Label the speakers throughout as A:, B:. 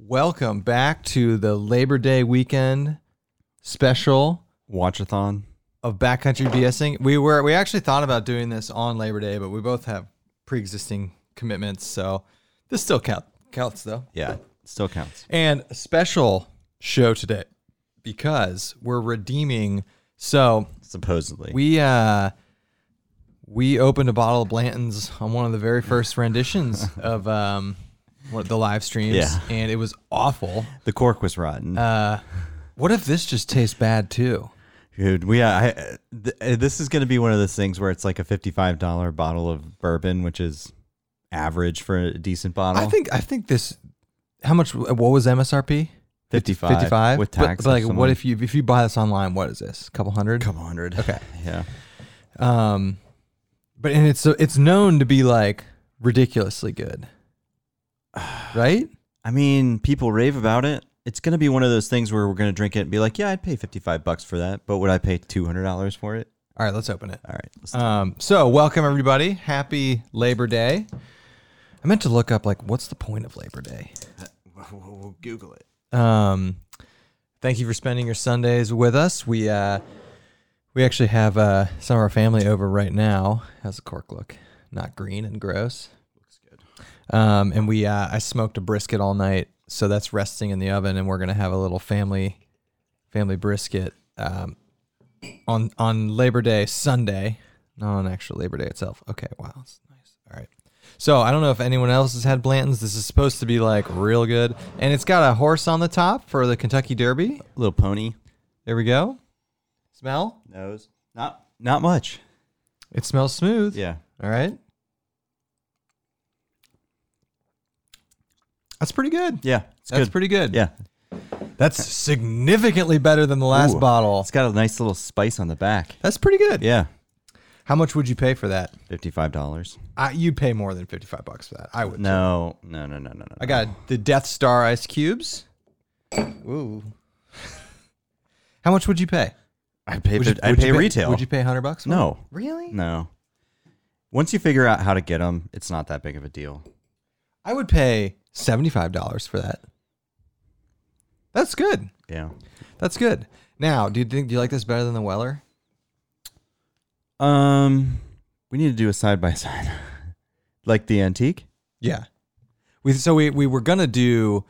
A: Welcome back to the Labor Day weekend special
B: Watchathon.
A: of backcountry BSing. We were we actually thought about doing this on Labor Day, but we both have pre-existing commitments, so this still count, counts though.
B: Yeah, still counts.
A: And a special show today because we're redeeming. So
B: Supposedly.
A: we uh we opened a bottle of Blanton's on one of the very first renditions of um one of the live streams,
B: Yeah.
A: and it was awful.
B: the cork was rotten.
A: Uh, What if this just tastes bad too?
B: Dude, we I, th- uh, this is going to be one of those things where it's like a fifty-five dollar bottle of bourbon, which is average for a decent bottle.
A: I think I think this. How much? What was MSRP?
B: 55,
A: Fifty-five
B: with tax.
A: But, but like,
B: or
A: what
B: something.
A: if you if you buy this online? What is this? A couple hundred.
B: couple hundred? Okay, yeah,
A: Um, but and it's it's known to be like ridiculously good, right?
B: I mean, people rave about it. It's going to be one of those things where we're going to drink it and be like, yeah, I'd pay fifty-five bucks for that, but would I pay two hundred dollars for it?
A: All right, let's open it.
B: All right, let's-
A: Um, so welcome everybody. Happy Labor Day. I meant to look up like what's the point of Labor Day?
B: we'll, we'll Google it.
A: Um, thank you for spending your Sundays with us. We uh, we actually have uh, some of our family over right now. How's the cork look? Not green and gross. Looks good. Um, and we uh, I smoked a brisket all night, so that's resting in the oven, and we're gonna have a little family family brisket um, on on Labor Day Sunday, not on actual Labor Day itself. Okay, wow, that's nice. All right. So I don't know if anyone else has had Blanton's. This is supposed to be like real good, and it's got a horse on the top for the Kentucky Derby.
B: Little pony
A: There we go. Smell?
B: nose. Not not much.
A: It smells smooth.
B: Yeah.
A: All right. That's pretty good.
B: Yeah. It's
A: That's
B: good.
A: pretty good.
B: Yeah.
A: That's significantly better than the last
B: Ooh.
A: bottle.
B: It's got a nice little spice on the back.
A: That's pretty good.
B: Yeah.
A: How much would you pay for that?
B: Fifty-five dollars.
A: I, you'd pay more than fifty-five bucks for that. I would. too.
B: No, no, no, no, no, no.
A: I got the Death Star ice cubes. Ooh. How much would you pay?
B: I pay.
A: Would you,
B: I
A: would you
B: pay retail.
A: Would you pay hundred bucks? for it?
B: No,
A: Really?
B: no. Once you figure out how to get them, it's not that big of a deal.
A: I would pay seventy-five dollars for that. That's good.
B: Yeah.
A: That's good. Now, do you think do you like this better than the Weller?
B: Um, we need to do a side by side, like the antique.
A: Yeah. We so we we were gonna do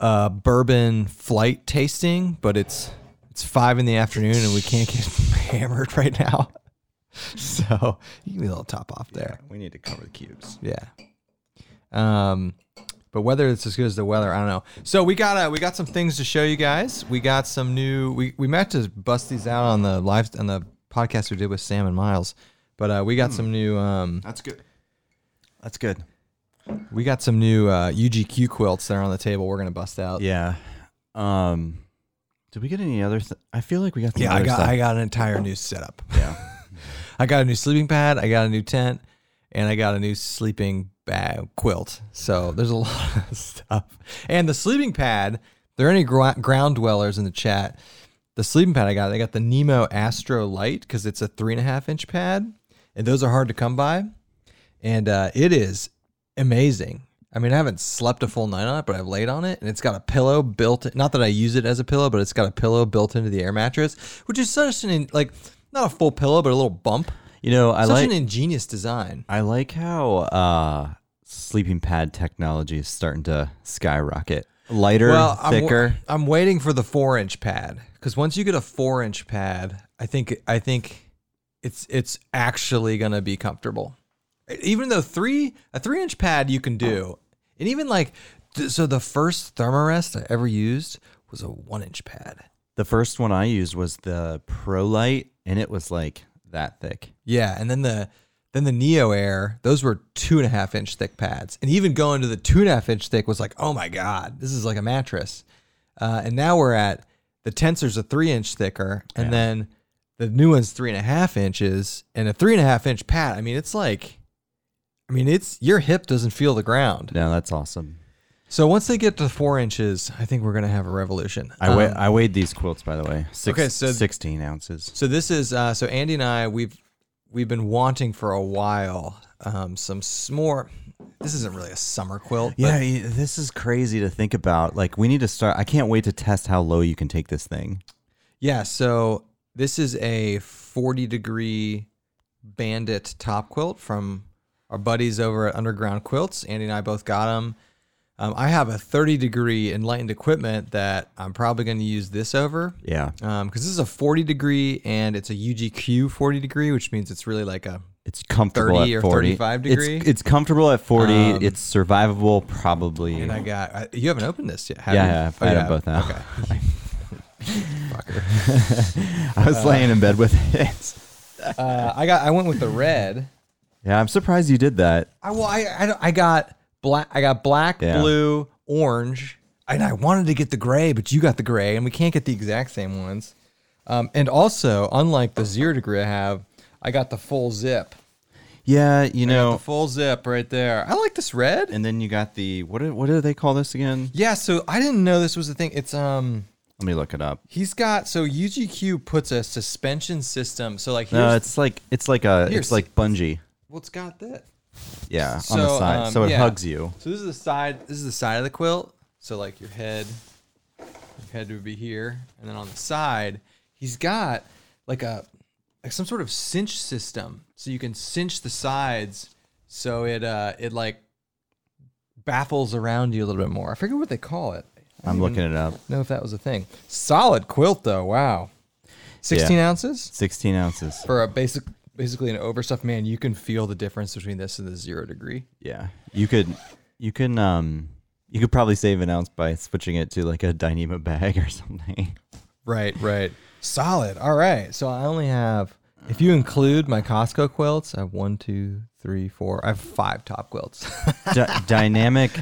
A: uh bourbon flight tasting, but it's it's five in the afternoon and we can't get hammered right now. So you give me a little top off there.
B: We need to cover the cubes.
A: Yeah. Um, but whether it's as good as the weather, I don't know. So we got uh, we got some things to show you guys. We got some new. We we meant to bust these out on the live on the podcast we did with Sam and Miles, but uh, we got some new. Um,
B: That's good. That's good.
A: we got some new uh, UGQ quilts that are on the table. We're gonna bust out.
B: Yeah. Um, did we get any other? Th- I feel like we got. Some
A: Yeah, I
B: other
A: got
B: Stuff.
A: I got an entire new setup.
B: yeah.
A: I got a new sleeping pad. I got a new tent, and I got a new sleeping bag quilt. So there's a lot of stuff. And the sleeping pad. There are any gro- ground dwellers in the chat? The sleeping pad I got. I got the Nemo Astro Light because it's a three and a half inch pad, and those are hard to come by. And uh, it is amazing. I mean, I haven't slept a full night on it, but I've laid on it, and it's got a pillow built. Not that I use it as a pillow, but it's got a pillow built into the air mattress, which is such an in- like not a full pillow, but a little bump.
B: You know, I
A: Such
B: like.
A: an ingenious design.
B: I like how uh, sleeping pad technology is starting to skyrocket. Lighter,
A: Well, I'm,
B: thicker.
A: I'm waiting for the four inch pad because once you get a four inch pad, I think I think it's it's actually gonna be comfortable. Even though three a three inch pad you can do, and even like th- so the first Thermarest I ever used was a one inch pad.
B: The first one I used was the Pro Light, and it was like that thick.
A: Yeah, and then the then the Neo Air, those were two and a half inch thick pads, and even going to the two and a half inch thick was like, oh my god, this is like a mattress. Uh, and now we're at the Tensor's a three inch thicker, and then the new one's three and a half inches, and a three and a half inch pad. I mean, it's like, I mean, it's your hip doesn't feel the ground.
B: No, that's awesome.
A: So once they get to four inches, I think we're gonna have a revolution.
B: I
A: Um,
B: weigh, I weighed these quilts by the way. Six,
A: Okay, so-
B: sixteen ounces.
A: So this is uh, so Andy and I we've we've been wanting for a while um, some s- more This isn't really a summer quilt. but
B: Yeah, y- this is crazy to think about. Like, we need to start. I can't wait to test how low you can take this thing.
A: Yeah, so this is a 40 degree bandit top quilt from our buddies over at Underground Quilts. Andy and I both got them. Um, I have a 30 degree enlightened equipment that I'm probably going to use this over
B: Yeah,
A: because this is a 40 degree and it's a UGQ 40 degree, which means it's really like a
B: it's comfortable
A: 30
B: at
A: or
B: 40.
A: 35
B: It's-
A: degree?
B: It's, comfortable at 40. it's survivable, probably.
A: And I got I, you haven't opened this yet. Have
B: yeah,
A: you?
B: I have,
A: Oh,
B: I
A: you
B: have both now.
A: Okay. Fucker.
B: I was laying in bed with it.
A: Uh, I got. I went with the red.
B: Yeah, I'm surprised you did that.
A: I well, I I, don't- I got black. I got black,
B: Yeah.
A: blue, orange, and I wanted to get the gray, but you got the gray, and we can't get the exact same ones. Um, and also, unlike the zero degree I have, I got the full zip.
B: Yeah, you
A: The
B: know.
A: full zip right there. I like this red.
B: And then you got the what? Do, what do they call this again?
A: yeah, so I didn't know this was a thing. It's um,
B: Let me look it up.
A: he's got so UGQ puts a suspension system. So like, here's,
B: No, it's like it's like a
A: here's-
B: it's like bungee.
A: well, it's got that.
B: Yeah, on the
A: So,
B: side,
A: um,
B: so it
A: yeah.
B: hugs you.
A: So this is the side. This is the side of the quilt. So like your head, your head would be here, and then on the side, he's got like a like some sort of cinch system. So you can cinch the sides, so it uh it like baffles around you a little bit more. I forget what they call it. I
B: I'm looking it up.
A: don't know if that was a thing. Solid quilt though. Wow, sixteen ounces
B: 16 ounces.
A: for a basic. Basically, an overstuffed man, you can feel the difference between this and the zero degree.
B: Yeah, you could you can um you could probably save an ounce by switching it to like a Dyneema bag or something.
A: Right, right. Solid. All right. So I only have, if you include my Costco quilts, I have one, two, three, four. I have five top quilts.
B: Dy- dynamic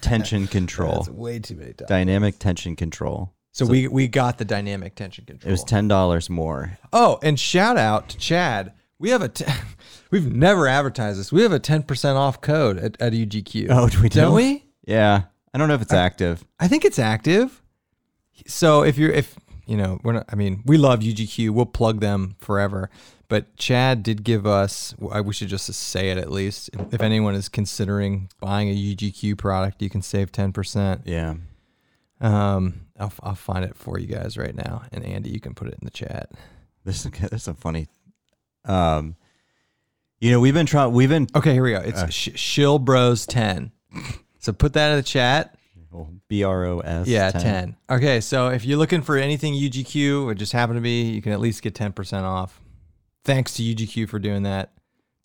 B: tension control.
A: way too many top.
B: Dynamic tension control.
A: So, we we got the dynamic tension
B: It
A: control.
B: was ten dollars more.
A: oh, and shout out to Chad. We have a t- we've never advertised this. We have a ten percent off code at, at UGQ.
B: Oh, do we
A: Don't
B: do?
A: we?
B: Yeah, I don't know if it's active.
A: I think it's active. So if you're if you know we're not, I mean we love UGQ. We'll plug them forever. But Chad did give us. I we should just say it at least. If anyone is considering buying a UGQ product, you can save ten percent.
B: Yeah,
A: Um, I'll, I'll find it for you guys right now, and Andy, you can put it in the chat.
B: there's some, there's some funny. Um, you know we've been trying. We've been
A: Okay, here we go. It's sh- Shill Bros ten. So put that in the chat.
B: B R O S.
A: Yeah, 10. Okay, so if you're looking for anything UGQ, or just happen to be, you can at least get 10% off. Thanks to UGQ for doing that.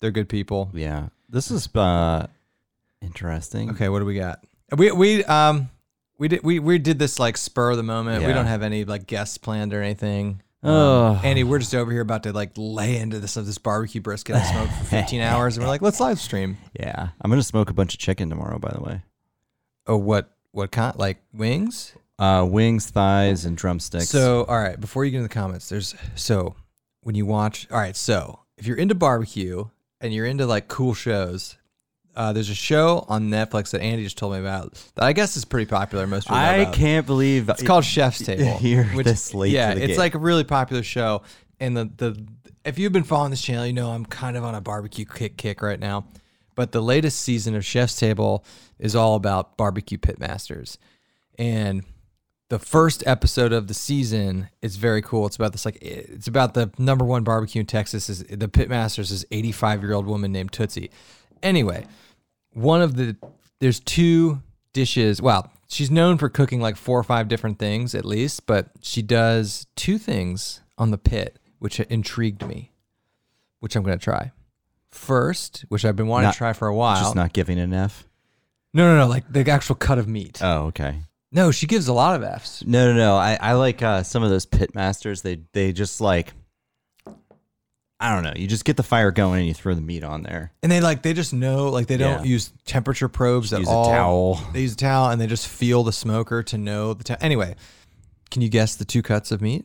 A: They're good people.
B: Yeah, this is uh interesting.
A: Okay, what do we got? We we um we did we, we did this like spur of the moment. We
B: Yeah.
A: don't have any like guests planned or anything.
B: Oh.
A: Andy, we're just over here about to like lay into this this barbecue brisket I smoked for 15 hours, and we're like, let's live stream.
B: Yeah, I'm gonna smoke a bunch of chicken tomorrow. By the way,
A: Oh, what what kind? Like wings?
B: uh, wings, thighs, and drumsticks.
A: So, all right, before you get into the comments, there's so when you watch, all right, so if you're into barbecue and you're into like cool shows, uh, there's a show on Netflix that Andy just told me about that I guess is pretty popular. Most people know
B: I
A: about.
B: can't believe
A: It's called Chef's Table.
B: You're this late
A: Yeah,
B: to the
A: it's
B: game.
A: like a really popular show. And the the if you've been following this channel, you know I'm kind of on a barbecue kick kick right now. But the latest season of Chef's Table is all about barbecue pitmasters. And the first episode of the season is very cool. It's about this like it's about the number one barbecue in Texas is the pitmasters is 85 year old woman named Tootsie. Anyway, one of the there's two dishes. Well, she's known for cooking like four or five different things at least, but she does two things on the pit which intrigued me, which I'm gonna try. First, which I've been wanting
B: Not-
A: to try for a while.
B: just not giving an F.
A: no, no, no, like the actual cut of meat.
B: Oh, okay.
A: no, she gives a lot of Fs.
B: No, no, no. I, I like uh, some of those pit masters. They they just like I don't know. You just get the fire going and you throw the meat on there.
A: And they like they just know like they don't
B: Yeah.
A: use temperature probes at
B: Use
A: all.
B: a towel.
A: They use a towel and they just feel the smoker to know the towel. Anyway, can you guess the two cuts of meat?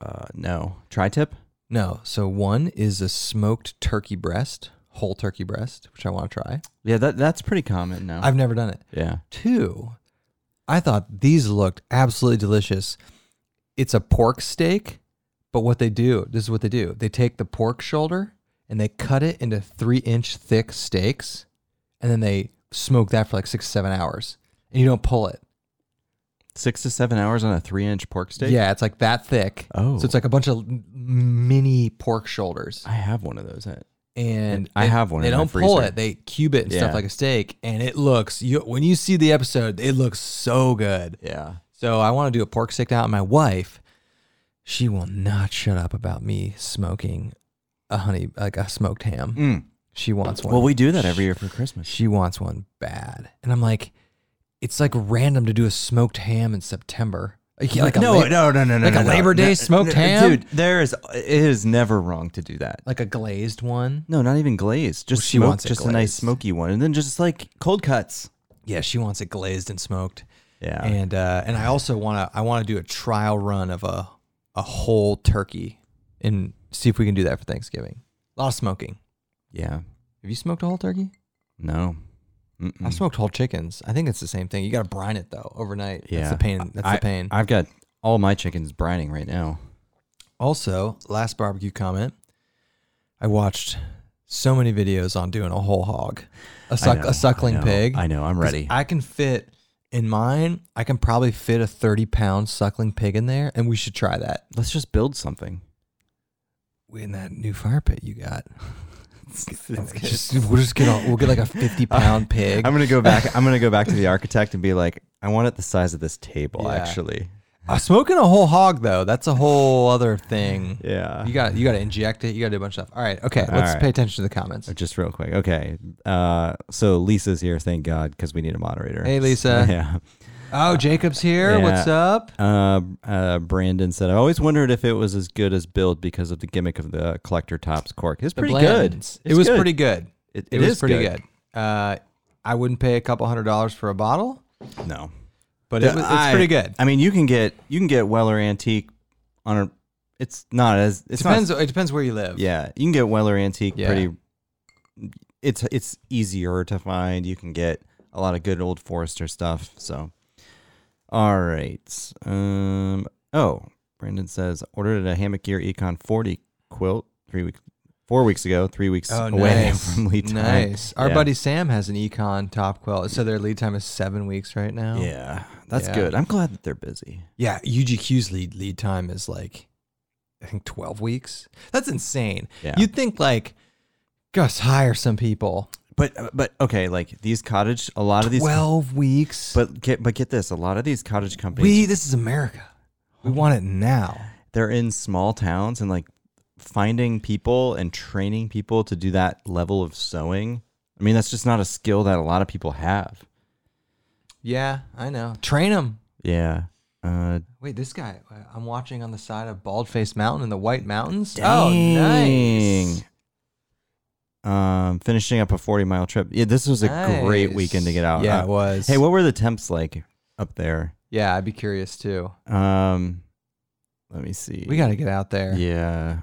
B: Uh, no, tri tip.
A: No. So one is a smoked turkey breast, whole turkey breast, which I want to try.
B: Yeah, that that's pretty common now.
A: I've never done it.
B: yeah,
A: Two, I thought these looked absolutely delicious. It's a pork steak, but what they do, this is what they do. They take the pork shoulder and they cut it into three inch thick steaks and then they smoke that for like six, seven hours, and you don't pull it.
B: Six to seven hours on a three inch pork steak?
A: Yeah, it's like that thick.
B: Oh.
A: so it's like a bunch of m- mini pork shoulders,
B: I have one of those. at-
A: and
B: I
A: they-
B: have one
A: They
B: in my
A: don't pull
B: freezer.
A: it; they cube it and
B: Yeah.
A: stuff like a steak, and it looks. You when you see the episode, it looks so good.
B: Yeah.
A: So I want to do a pork steak now. And my wife, she will not shut up about me smoking a honey like a smoked ham.
B: Mm.
A: She wants one.
B: Well, we do that every year for Christmas.
A: She wants one bad, and I'm like, it's like random to do a smoked ham in September. Like, like a
B: no,
A: lab-
B: no, no, no, no,
A: like a
B: no,
A: Labor
B: no,
A: Day
B: no,
A: smoked
B: no,
A: ham?
B: dude. There is, it is never wrong to do that.
A: like a glazed one.
B: No, not even glazed. Just
A: Well, she
B: smoked,
A: wants it
B: just a nice
A: glazed.
B: smoky one, and then just like cold cuts.
A: Yeah, she wants it glazed and smoked.
B: Yeah,
A: and uh, and I also want to I want to do a trial run of a a whole turkey and see if we can do that for Thanksgiving. A lot of smoking.
B: yeah.
A: Have you smoked a whole turkey?
B: No,
A: I
B: Mm-mm.
A: smoked whole chickens. I think it's the same thing. You got to brine it though overnight.
B: yeah.
A: that's the pain. That's
B: I,
A: the pain.
B: I've got all my chickens brining right now.
A: also, last barbecue comment. I watched so many videos on doing a whole hog, a,
B: I
A: suck,
B: know,
A: a suckling
B: I know,
A: pig.
B: I know. I'm
A: 'Cause
B: ready.
A: I can fit in mine. I can probably fit a thirty pound suckling pig in there, and we should try that
B: Let's just build something.
A: in that new fire pit you got.
B: It's good.
A: Just- we'll just get a, we'll get like a fifty pound pig.
B: I'm gonna go back. I'm gonna go back to the architect and be like, I want it the size of this table.
A: Yeah.
B: Actually,
A: Uh, smoking a whole hog though, that's a whole other thing.
B: yeah.
A: You got you got to inject it. You got to do a bunch of stuff. All right, okay.
B: All
A: let's
B: right.
A: pay attention to the comments.
B: Oh, Just real quick. Okay. Uh, so Lisa's here. Thank God, because we need a moderator.
A: Hey, Lisa.
B: Yeah.
A: Oh, Jacob's here.
B: Yeah.
A: What's up?
B: Uh, uh, Brandon said, I always wondered if it was as good as build because of the gimmick of the collector tops cork. It's
A: The
B: pretty good.
A: Blandons. It
B: It's
A: was
B: good.
A: pretty good.
B: It,
A: It,
B: it
A: was
B: is
A: pretty good. Uh, I wouldn't pay a couple hundred dollars for a bottle,
B: No,
A: but it was, it's
B: I-
A: pretty good.
B: I mean, you can get you can get Weller Antique on a. It's not as it's
A: depends.
B: Not,
A: it depends where you live.
B: yeah, you can get Weller Antique
A: Yeah.
B: pretty. It's it's easier to find. You can get a lot of good old Forester stuff. So, all right. Um. Oh, Brandon says ordered a hammock gear Econ 40 quilt three weeks, four weeks ago, three weeks
A: Oh,
B: away
A: nice.
B: from lead time.
A: Nice. Our
B: Yeah.
A: buddy Sam has an Econ top quilt, so their lead time is seven weeks right now.
B: Yeah, that's
A: Yeah.
B: good. I'm glad that they're busy.
A: Yeah, UGQ's lead lead time is like I think 12 weeks. That's insane.
B: Yeah.
A: You'd think like Gus hire some people.
B: But but okay, like these cottage, a lot of these.
A: 12 weeks.
B: but get but get this, a lot of these cottage companies,
A: we this is America. We want it now.
B: they're in small towns and like finding people and training people to do that level of sewing. I mean, that's just not a skill that a lot of people have.
A: Yeah, I know. Train them.
B: Yeah. Uh,
A: Wait, this guy I- I'm watching on the side of Bald Face Mountain in the White Mountains. Oh, nice.
B: dang. Um, finishing up a forty-mile trip. Yeah, this was a great
A: Nice.
B: weekend to get out.
A: Yeah,
B: Uh,
A: it was.
B: hey, what were the temps like up there?
A: Yeah, I'd be curious too.
B: Um, let me see.
A: We got to get out there.
B: yeah.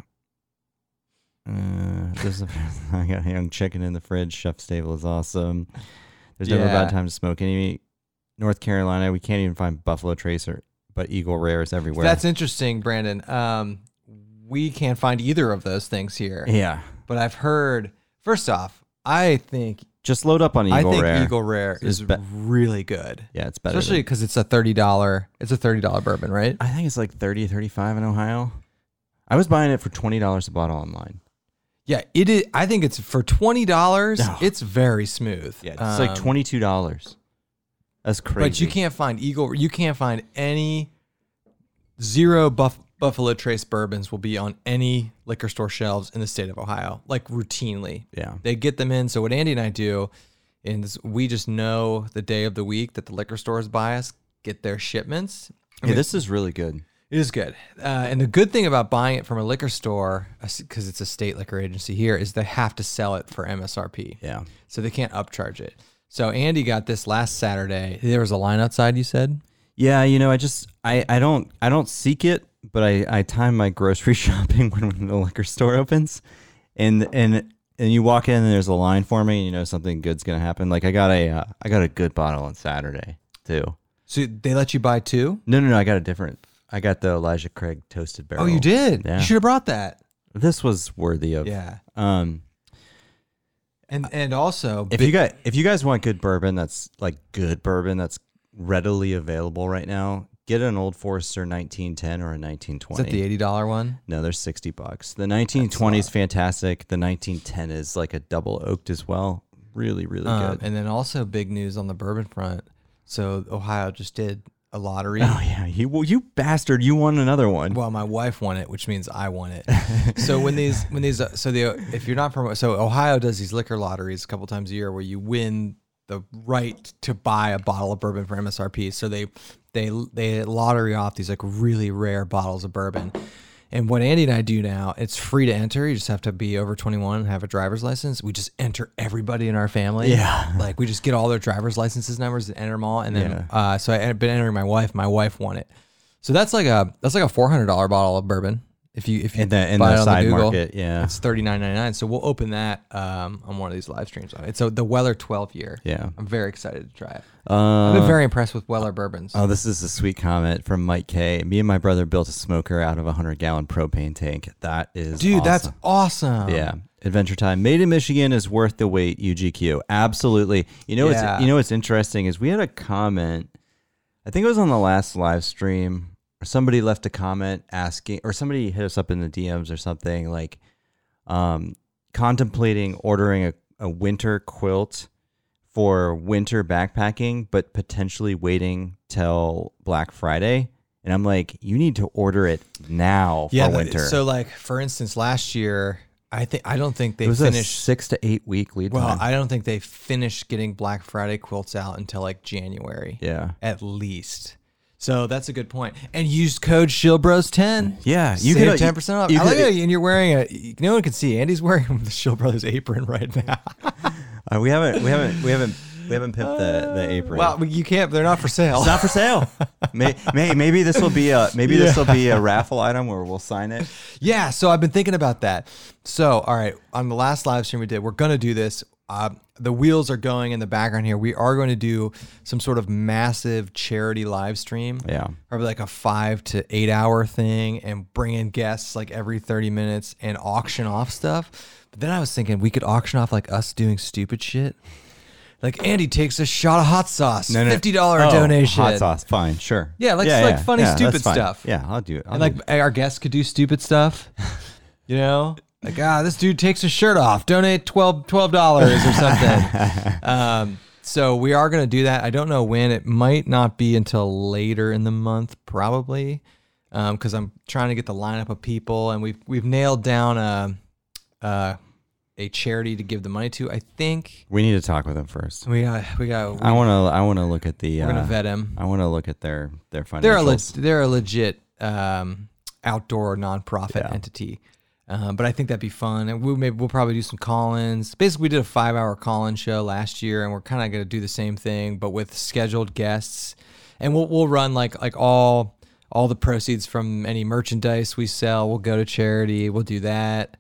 B: Uh, there's a, I got young chicken in the fridge. Chef stable is awesome. There's never a
A: Yeah.
B: bad time to smoke any meat. North Carolina, we can't even find buffalo tracer, but eagle rare is everywhere.
A: That's interesting, Brandon. Um, we can't find either of those things here.
B: yeah.
A: But I've heard. First off, I think
B: Just load up on eagle
A: I think
B: rare.
A: Eagle Rare is
B: It's be-
A: really good,
B: yeah, it's better.
A: especially
B: than-
A: because it's a thirty dollar. It's a thirty dollar bourbon, right?
B: I think it's like 30, 35 in Ohio. I was buying it for twenty dollars a bottle online.
A: Yeah, it is. I think it's for twenty dollars.
B: No.
A: It's very smooth.
B: Yeah, it's like
A: Um,
B: twenty two dollars. That's crazy.
A: But you can't find Eagle. You can't find any zero buff, Buffalo Trace bourbons will be on any liquor store shelves in the state of Ohio, like routinely.
B: Yeah.
A: they get them in. So what Andy and I do is we just know the day of the week that the liquor stores buy us, get their shipments. I
B: Yeah,
A: mean,
B: this is really good.
A: it is good. Uh, and the good thing about buying it from a liquor store, because it's a state liquor agency here, is they have to sell it for MSRP.
B: Yeah.
A: So they can't upcharge it. So Andy got this last Saturday. There was a line outside, you said?
B: Yeah, you know, I just I, I don't I don't seek it, but I, I time my grocery shopping when, when the liquor store opens, and and and you walk in and there's a line for me, and you know something good's gonna happen. Like I got a uh, I got a good bottle on Saturday too.
A: So they let you buy two?
B: No, no, no, I got a different. I got the Elijah Craig toasted barrel.
A: Oh, you did?
B: Yeah.
A: You should have brought that.
B: This was worthy of.
A: Yeah.
B: Um.
A: And and also,
B: If
A: bi-
B: you guys, if you guys want good bourbon, that's like good bourbon that's readily available right now. Get an Old Forester 1910 or a
A: is that
B: 1920.
A: the eighty dollar one?
B: no, they're 60 bucks. The 1920 is fantastic. The 1910 is like a double oaked as well. Really, really
A: Um,
B: good.
A: and then also big news on the bourbon front. So Ohio just did a lottery.
B: Oh yeah, you well, you bastard! You won another one.
A: Well, my wife won it, which means I won it. so when these, when these, uh, so the if you're not from, so Ohio does these liquor lotteries a couple times a year where you win the right to buy a bottle of bourbon for MSRP. So they, they, they lottery off these like really rare bottles of bourbon. And what Andy and I do now, it's free to enter. You just have to be over 21 and have a driver's license. We just enter everybody in our family.
B: Yeah.
A: Like we just get all their driver's licenses numbers and enter them all. And then, uh, so I've been entering my wife. My wife won it. So that's like a that's like a four hundred dollar bottle of bourbon. If you if you
B: in the in
A: buy it
B: the
A: on
B: side
A: Google,
B: market, yeah,
A: it's thirty nine ninety nine. So we'll open that um, on one of these live streams. It's a, the Weller twelve year.
B: yeah.
A: I'm very excited to try it. I've been
B: Uh,
A: very impressed with Weller bourbons.
B: oh, this is a sweet comment from Mike K. Me and my brother built a smoker out of a hundred gallon propane tank. That is
A: Dude, that's
B: awesome.
A: awesome.
B: yeah. Adventure Time made in Michigan is worth the wait. UGQ, absolutely. You know
A: Yeah.
B: what's you know what's interesting is we had a comment. I think it was on the last live stream. Or somebody left a comment asking, or somebody hit us up in the DMs or something like, um, contemplating ordering a, a winter quilt for winter backpacking, but potentially waiting till Black Friday. And I'm like, you need to order it now
A: yeah.
B: for
A: but-
B: winter.
A: So like for instance, last year I think I don't think
B: it
A: they
B: was a
A: finished.
B: six to eight week lead
A: Well,
B: time.
A: I don't think they finished getting Black Friday quilts out until like January
B: yeah.
A: at least. So that's a good point. And use code Shieldbros10.
B: Yeah,
A: You
B: you
A: get
B: could
A: ten percent off.
B: You
A: I like
B: could-
A: how you- and you're wearing a. you- No one can see. Andy's wearing the Shield Brothers apron right now.
B: uh, we haven't, we haven't, we haven't, we haven't pimped the,
A: Uh,
B: the apron.
A: Well, you can't. They're not for sale.
B: it's not for sale. may, may, maybe this will be a maybe this will be a raffle item where we'll sign it.
A: Yeah. So I've been thinking about that. So all right, on the last live stream we did, we're gonna do this. Uh, the wheels are going in the background here. We are going to do some sort of massive charity live stream.
B: Yeah.
A: probably like a five to eight hour thing and bring in guests like every 30 minutes and auction off stuff. But then I was thinking we could auction off like us doing stupid shit. Like Andy takes a shot of hot sauce, $50
B: Oh,
A: donation.
B: Hot sauce, fine, sure.
A: Yeah, like- like funny,
B: that's
A: stupid
B: fine.
A: stuff.
B: Yeah, I'll do it. I'll
A: And like
B: do it.
A: our guests could do stupid stuff, you know? Like, ah, this dude takes a shirt off, donate 12 $12 or something. um, so we are going to do that. I don't know when. It might not be until later in the month, probably, because I'm trying to get the lineup of people, and we've we've nailed down a uh, a charity to give the money to. I think
B: we need to talk with them first.
A: we got we got
B: I want to. I want to look at the.
A: we're gonna
B: uh,
A: vet him.
B: I want to look at their their financials.
A: they're a le- they're a legit um, outdoor nonprofit entity. Um, but I think that'd be fun, and we maybe we'll probably do some call-ins. Basically, we did a five-hour call-in show last year, and we're kind of going to do the same thing, but with scheduled guests. And we'll we'll run like like all all the proceeds from any merchandise we sell will go to charity. We'll do that.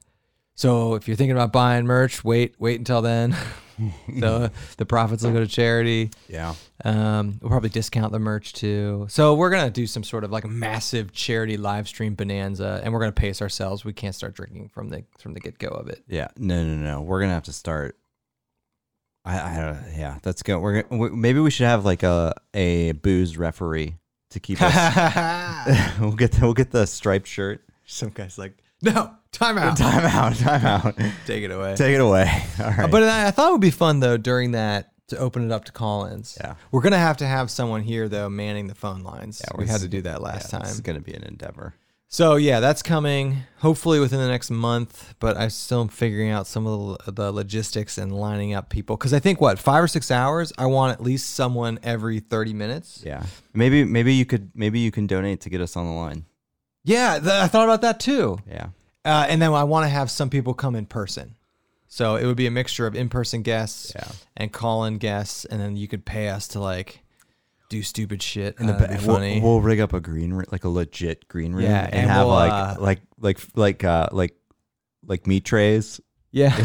A: So if you're thinking about buying merch, wait wait until then. the the profits will go to charity.
B: yeah.
A: Um, we'll probably discount the merch too. So we're gonna do some sort of like massive charity live stream bonanza, and we're gonna pace ourselves. We can't start drinking from the from the get go of it.
B: Yeah. No, no, no. We're gonna have to start. I, I don't. Yeah, that's good. We're gonna, we, maybe we should have like a a booze referee to keep us. we'll get the, we'll get the striped shirt.
A: some guys like no timeout,
B: Time out. Time out.
A: take it away.
B: Take it away. All right.
A: But I, I thought it would be fun though during that to open it up to Collins.
B: Yeah.
A: we're gonna have to have someone here though manning the phone lines.
B: Yeah,
A: we
B: we're
A: had
B: s-
A: to do that
B: Yeah,
A: last
B: It's
A: time.
B: gonna be an endeavor.
A: So yeah, that's coming hopefully within the next month. But I still am figuring out some of the, the logistics and lining up people because I think what five or six hours. I want at least someone every thirty minutes.
B: Yeah. Maybe maybe you could maybe you can donate to get us on the line.
A: Yeah, th- I thought about that too.
B: Yeah.
A: Uh, and then I want to have some people come in person. So it would be a mixture of in-person guests
B: Yeah.
A: and call-in guests, and then you could pay us to like do stupid shit. And
B: in the
A: that'd
B: ba-
A: be
B: we'll-
A: funny.
B: We'll, rig up a green room, like a legit green room,
A: Yeah,
B: and,
A: and
B: have
A: we'll,
B: like,
A: uh,
B: like like like uh like like meat trays.
A: Yeah.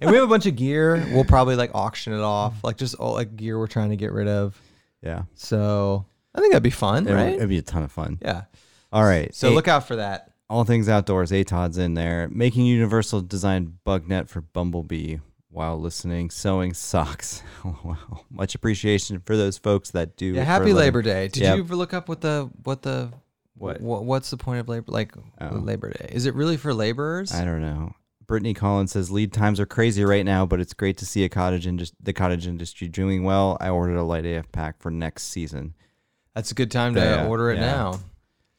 A: and we have a bunch of gear. We'll probably like auction it off, like just all like gear we're trying to get rid of.
B: Yeah,
A: So I think that'd be fun,
B: it,
A: right?
B: would be a ton of fun.
A: yeah.
B: All right,
A: So
B: A-
A: look out for that.
B: all things outdoors. Atod's in there making Universal design bug net for Bumblebee. while listening sewing socks. Oh, wow. Much appreciation for those folks that do.
A: Yeah,
B: it for
A: happy
B: a living.
A: Labor Day. Did
B: Yeah.
A: you ever look up what the what the
B: What?
A: wh- what's the point of labor like
B: Oh.
A: Labor Day? Is it really for laborers?
B: I don't know. Brittany Collins says lead times are crazy right now, but it's great to see a cottage indus- the cottage industry doing well. I ordered a light AF pack for next season.
A: That's a good time to
B: Yeah,
A: order it
B: yeah.
A: now.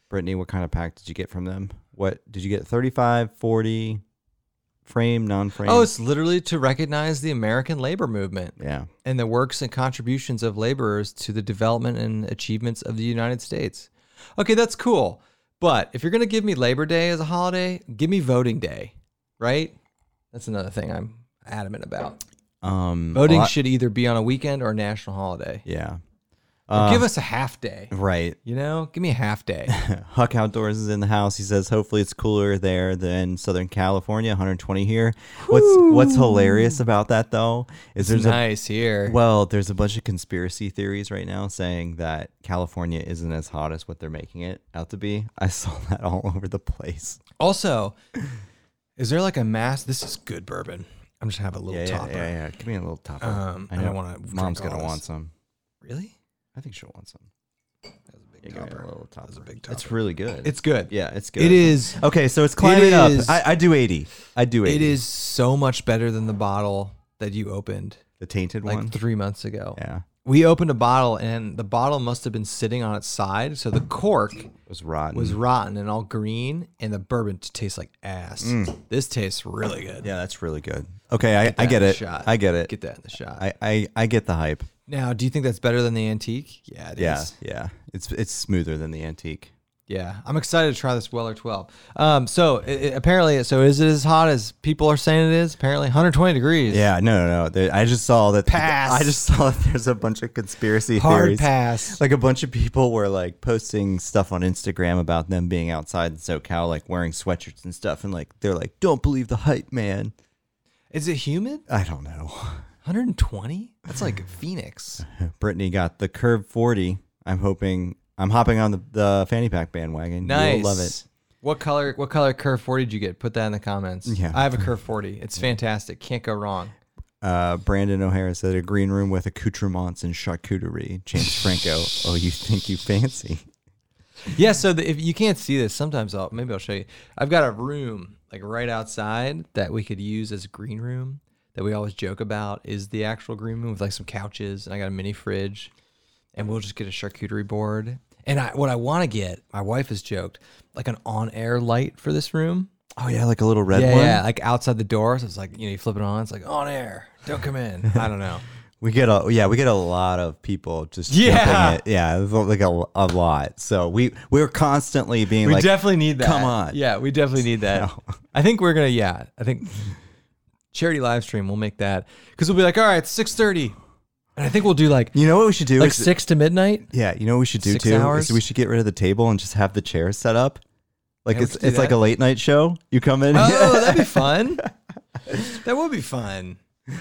B: Brittany, what kind of pack did you get from them? What did you get? 35, 40 frame, non-frame?
A: Oh, it's literally to recognize the American labor movement
B: yeah.
A: and the works and contributions of laborers to the development and achievements of the United States. Okay, that's cool. But if you're going to give me Labor Day as a holiday, give me voting day, right? That's another thing I'm adamant about.
B: Um
A: Voting
B: a lot-
A: should either be on a weekend or a national holiday.
B: Yeah.
A: Or
B: Uh,
A: give us a half day.
B: right.
A: You know, give me a half day.
B: Huck Outdoors is in the house. He says, "Hopefully, it's cooler there than Southern California. 120 here. What's what's hilarious about that though is there's a
A: nice here.
B: well, there's a bunch of conspiracy theories right now saying that California isn't as hot as what they're making it out to be. I saw that all over the place.
A: also, is there like a mass? This is good bourbon. I'm just gonna have a little
B: Yeah, yeah,
A: topper.
B: yeah, yeah. Give me a little topper.
A: Um, I don't wanna drink
B: Mom's
A: all
B: gonna want
A: this.
B: some.
A: Really?
B: I think she'll want some.
A: That's a
B: Yeah,
A: big
B: give me
A: topper.
B: a little topper.
A: That's a big
B: It's
A: topper.
B: really good.
A: It's good.
B: yeah, it's good.
A: It is.
B: Okay, so it's climbing up.
A: is-
B: I, I do 80. I do 80.
A: It is so much better than the bottle that you opened
B: the tainted
A: like
B: one.
A: three months ago.
B: yeah,
A: We opened a bottle, and the bottle must have been sitting on its side, so the cork
B: it was rotten.
A: was rotten and all green, and the bourbon t- tastes like ass.
B: Mm.
A: This tastes really good.
B: yeah, that's really good. Okay, I, I get
A: in the
B: it.
A: shot.
B: I get it.
A: Get that in the shot.
B: I, I I get the hype.
A: now, do you think that's better than the antique? Yeah, it is.
B: Yeah, yeah. It's it's smoother than the antique.
A: Yeah, I'm excited to try this Weller 12. Um, so it, it- apparently, so is it as hot as people are saying it is? Apparently, 120 degrees.
B: Yeah, no, no, no. There- I just saw that.
A: Pass.
B: I just saw that there's a bunch of conspiracy
A: hard
B: theories.
A: pass.
B: Like a bunch of people were like posting stuff on Instagram about them being outside in SoCal, like wearing sweatshirts and stuff, and like they're like, "Don't believe the hype, man."
A: Is it humid?
B: I don't know.
A: 120? That's like Phoenix.
B: Brittany got the Curve 40. I'm hoping I'm hopping on the, the fanny pack bandwagon.
A: Nice.
B: You'll love it.
A: What color? What color curve 40 did you get? Put that in the comments.
B: Yeah.
A: I have a curve 40. It's fantastic. Can't go wrong.
B: Uh, Brandon O'Hara said a green room with accoutrements and charcuterie. James Franco, oh, you think you fancy?
A: Yeah. So the, if you can't see this, sometimes I'll maybe I'll show you. I've got a room like right outside that we could use as a green room that we always joke about is the actual green room with like some couches and I got a mini fridge, and we'll just get a charcuterie board. And I, what I want to get, my wife has joked, like an on-air light for this room.
B: Oh yeah, like a little red
A: yeah,
B: one.
A: yeah, like outside the door. So it's like you know, you flip it on. It's like on air. Don't come in. I don't know.
B: We get a yeah, we get a lot of people just
A: Yeah.
B: yeah, it. yeah, it's like a, a lot. So we we're constantly being
A: We
B: like,
A: definitely need that.
B: come on.
A: Yeah, we definitely need that.
B: No.
A: I think we're gonna. Yeah, I think charity live stream. We'll make that because we'll be like, all right, six thirty, and I think we'll do like
B: you know what we should do?
A: like
B: is-
A: six to midnight.
B: yeah, you know what we should do
A: six
B: too.
A: hours?
B: Is we should get rid of the table and just have the chairs set up. Like
A: Yeah, we
B: it's
A: could do
B: it's like
A: that.
B: a late night show. You come in.
A: Oh, that'd be fun. that would be fun.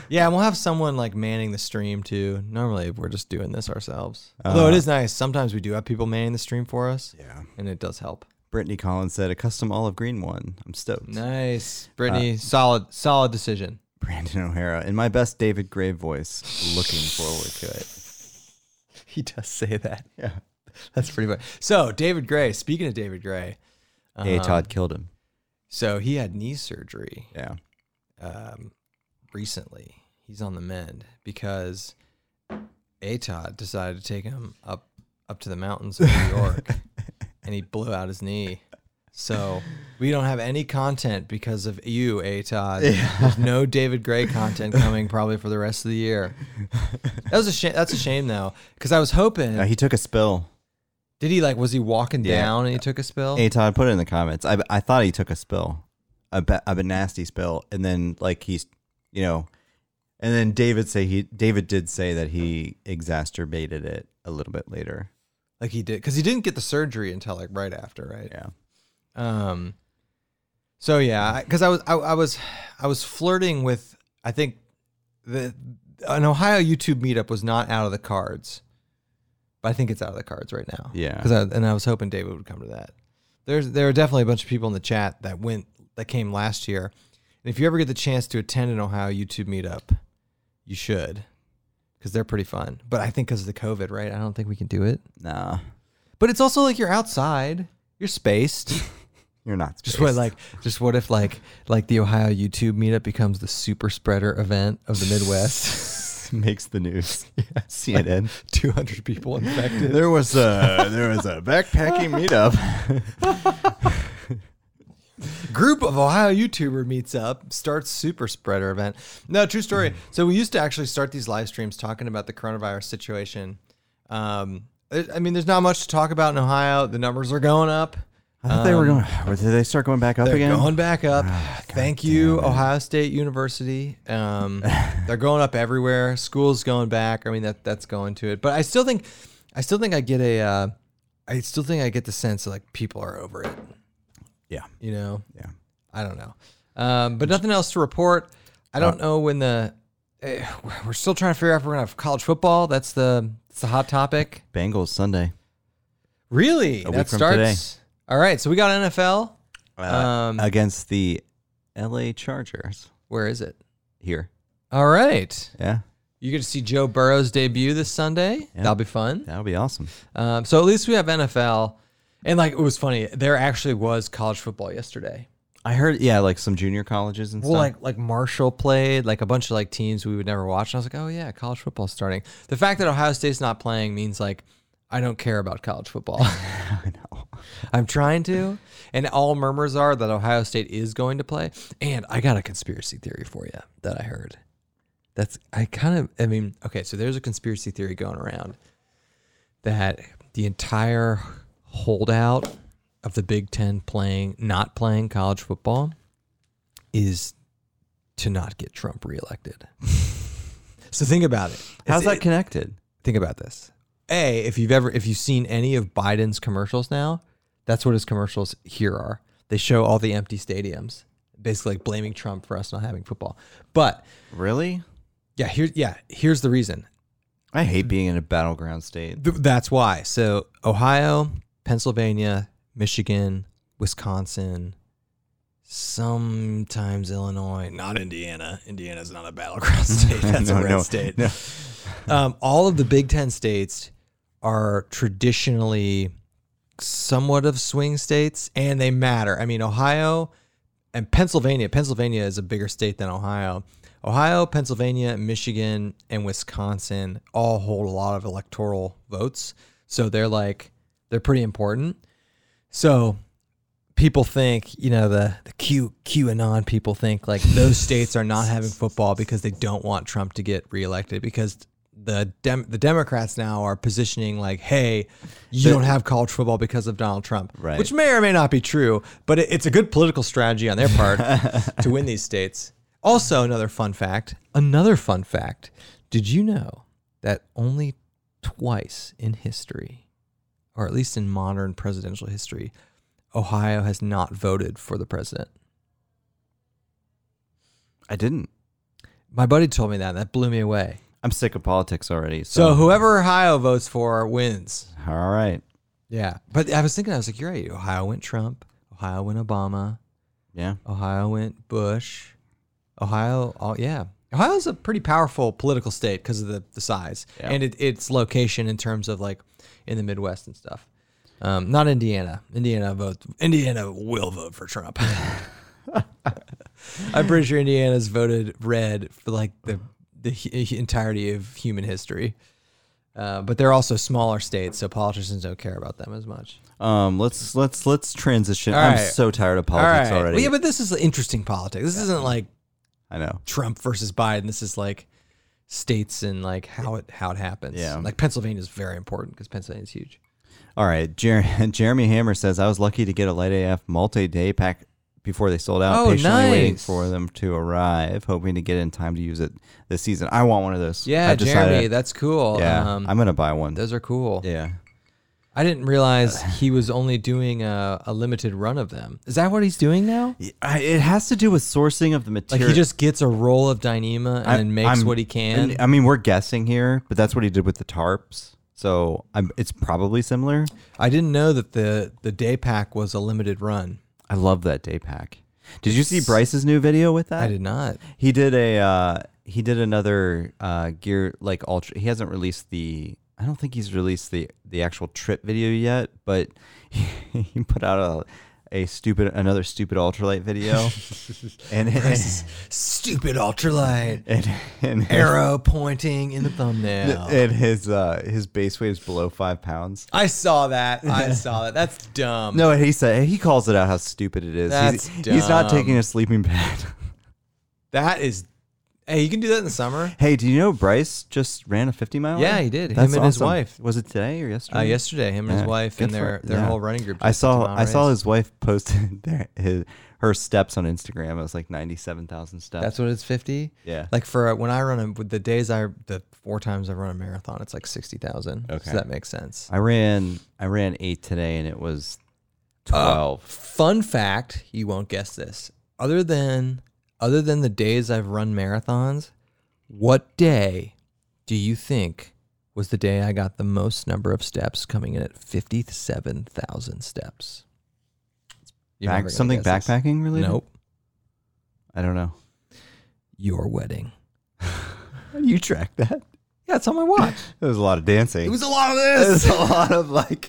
A: Yeah, and we'll have someone like manning the stream too. Normally, we're just doing this ourselves. Although it is nice. Sometimes we do have people manning the stream for us,
B: Uh-huh. yeah.
A: and it does help.
B: Brittany Collins said a custom olive green one. I'm stoked.
A: Nice,
B: Uh,
A: Brittany. solid, solid decision.
B: Brandon O'Hara in my best David Gray voice. Looking forward to it.
A: He does say that.
B: Yeah.
A: That's pretty much. So David Gray. Speaking of David Gray,
B: Hey,
A: um,
B: Todd killed him.
A: So he had knee surgery
B: Yeah.
A: um, recently. He's on the mend because Atod decided to take him up up to the mountains of New York, and he blew out his knee. So we don't have any content because of you, Atod. There's no David Gray content coming probably for the rest of the year. That was a shame. That's a shame though, because I was hoping.
B: Uh, he took a spill.
A: did he like? Was he walking
B: Yeah.
A: down and he took a spill?
B: Hey Todd, put it in the comments. I, I thought he took a spill, a, ba- a nasty spill, and then like he's, you know, and then David say he David did say that he exacerbated it a little bit later.
A: Like he did, because he didn't get the surgery until like right after, right?
B: Yeah,
A: Um. So yeah, because I was I, I was I was flirting with I think the an Ohio YouTube meetup was not out of the cards, but I think it's out of the cards right now.
B: Yeah.
A: Because I, and I was hoping David would come to that. There's there are definitely a bunch of people in the chat that went that came last year, if you ever get the chance to attend an Ohio YouTube meetup, you should, because they're pretty fun. But I think because of the COVID, right? I don't think we can do it.
B: Nah,
A: But it's also like you're outside, you're spaced.
B: you're not.
A: Just
B: spaced.
A: what like just what if like like the Ohio YouTube meetup becomes the super spreader event of the Midwest?
B: makes the news. CNN.
A: Two hundred people infected.
B: There was a there was a backpacking meetup.
A: Group of Ohio YouTuber meets up, starts super spreader event. No, true story. So we used to actually start these live streams talking about the coronavirus situation. Um, I I mean, there's not much to talk about in Ohio. The numbers are going up.
B: I thought they were going. Did they start going back up
A: Um, They're
B: again?
A: going back up. Thank you, Ohio State University. Um, they're going up everywhere. School's going back. I mean that that's going to it. But I still think, I still think I get a, uh, I still think I get the sense that like people are over it.
B: Yeah.
A: You know.
B: Yeah.
A: I don't know. Um, but nothing else to report. I don't know when the. eh, We're still trying to figure out if we're gonna have college football. That's the that's the hot topic.
B: Bengals Sunday.
A: Really,
B: A
A: that
B: week from
A: starts.
B: today.
A: All right, so we got NFL. Um,
B: uh, against the L.A. Chargers
A: Where is it?
B: here.
A: All right.
B: Yeah,
A: You get to see Joe Burrow's debut this Sunday. That'll be fun.
B: that'll be awesome.
A: Um, so at least we have NFL. And like it was funny, there actually was college football yesterday.
B: I heard. Yeah, like some junior colleges and
A: Well,
B: stuff.
A: like like Marshall played, like a bunch of like teams we would never watch. And I was like, oh yeah, college football's starting. The fact that Ohio State's not playing means like I don't care about college football.
B: I know.
A: I'm trying to, and all murmurs are that Ohio State is going to play. And I got a conspiracy theory for you that I heard. That's I kind of I mean okay, so there's a conspiracy theory going around that the entire holdout of the Big Ten playing not playing college football is to not get Trump reelected. so think about it.
B: How's
A: It's-
B: that connected?
A: think about this. A, if you've ever if you've seen any of Biden's commercials now, that's what his commercials here are. They show all the empty stadiums, basically like blaming Trump for us not having football. But
B: Really?
A: yeah, here yeah, here's the reason.
B: I hate being in a battleground state.
A: Th- that's why. So Ohio, Pennsylvania, Michigan, Wisconsin, sometimes Illinois, not Indiana. Indiana's not a battleground state. That's
B: No,
A: a red
B: no,
A: state.
B: no.
A: um, all of the Big Ten states are traditionally somewhat of swing states, and they matter. I mean, Ohio and Pennsylvania. Pennsylvania is a bigger state than Ohio. Ohio, Pennsylvania, Michigan, and Wisconsin all hold a lot of electoral votes, so they're like they're pretty important. So people think, you know, the the Q QAnon people think like those states are not having football because they don't want Trump to get reelected because the Dem- the Democrats now are positioning like, hey, you don't have college football because of Donald Trump,
B: Right.
A: which may or may not be true, but it, it's a good political strategy on their part to win these states. Also, another fun fact. Another fun fact. Did you know that only twice in history, or at least in modern presidential history, Ohio has not voted for the president.
B: I didn't.
A: My buddy told me that. That blew me away.
B: I'm sick of politics already.
A: So
B: So,
A: whoever Ohio votes for wins.
B: all right.
A: Yeah. But I was thinking, I was like, you're right. Ohio went Trump. Ohio went Obama.
B: Yeah.
A: Ohio went Bush. Ohio, oh, yeah. Ohio's a pretty powerful political state because of the, the size
B: Yeah.
A: and it, its location in terms of like in the Midwest and stuff. Um, not Indiana. Indiana votes. Indiana will vote for Trump. I'm pretty sure Indiana's voted red for like the the hu- entirety of human history. Uh, but they're also smaller states, so politicians don't care about them as much.
B: Um. Let's let's let's transition.
A: All
B: I'm
A: right.
B: so tired of politics
A: All right.
B: already.
A: Well, yeah, but this is interesting politics. This isn't like
B: I know.
A: Trump versus Biden. This is like states and like how it how it happens.
B: Yeah.
A: Like Pennsylvania is very important because Pennsylvania is huge.
B: All right. Jer- Jeremy Hammer says I was lucky to get a light AF multi-day pack before they sold out.
A: Oh,
B: patiently waiting
A: nice.
B: for them to arrive, hoping to get in time to use it this season. I want one of those.
A: Yeah,
B: I
A: Jeremy,
B: decided-
A: that's cool.
B: Yeah.
A: Um,
B: I'm gonna buy one.
A: those are cool.
B: yeah.
A: I didn't realize he was only doing a, a limited run of them. Is that what he's doing now?
B: I, it has to do with sourcing of the
A: Like
B: material.
A: he just gets a roll of Dyneema and
B: I-
A: then makes
B: I'm-
A: what he can.
B: I mean, we're guessing here, but that's what he did with the tarps. So I'm, it's probably similar.
A: I didn't know that the the day pack was a limited run.
B: I love that day pack. Did you see Bryce's new video with that?
A: I did not.
B: He did a uh, he did another uh, gear like ultra. He hasn't released the. I don't think he's released the the actual trip video yet, but he, put out a a stupid another stupid ultralight video, and and
A: Stupid ultralight
B: and, and
A: arrow pointing in the thumbnail.
B: and his uh, his base weight is below five pounds.
A: I saw that. I saw that. That's dumb.
B: No, he said he calls it out how stupid it is.
A: That's
B: he's, he's not
A: dumb.
B: taking a sleeping pad.
A: That is. Hey, you can do that in the summer.
B: hey, do you know Bryce just ran a fifty mile?
A: Yeah,
B: run?
A: he did. Him
B: That's
A: and his
B: awesome.
A: wife.
B: Was it today or yesterday?
A: Uh, yesterday, him and
B: Yeah,
A: his wife
B: good
A: and
B: for-
A: their, their
B: yeah.
A: whole running group. did
B: I
A: a 50
B: saw
A: mile
B: I saw
A: race.
B: his wife posted their, his her steps on Instagram. It was like ninety seven thousand steps.
A: That's what it's fifty.
B: yeah.
A: Like for uh, when I run a, with the days I the four times I run a marathon, it's like sixty thousand.
B: Okay.
A: so that makes sense.
B: I ran I ran eight today and it was twelve.
A: Fun fact, you won't guess this. Other than other than the days I've run marathons, what day do you think was the day I got the most number of steps coming in at 57,000 steps? You're never
B: Back,
A: gonna
B: something
A: guess this.
B: backpacking related?
A: Nope.
B: I don't know.
A: Your wedding.
B: You tracked that.
A: Yeah, it's on my watch.
B: It was a lot of dancing.
A: it was a lot of
B: It was
A: this.
B: a lot of like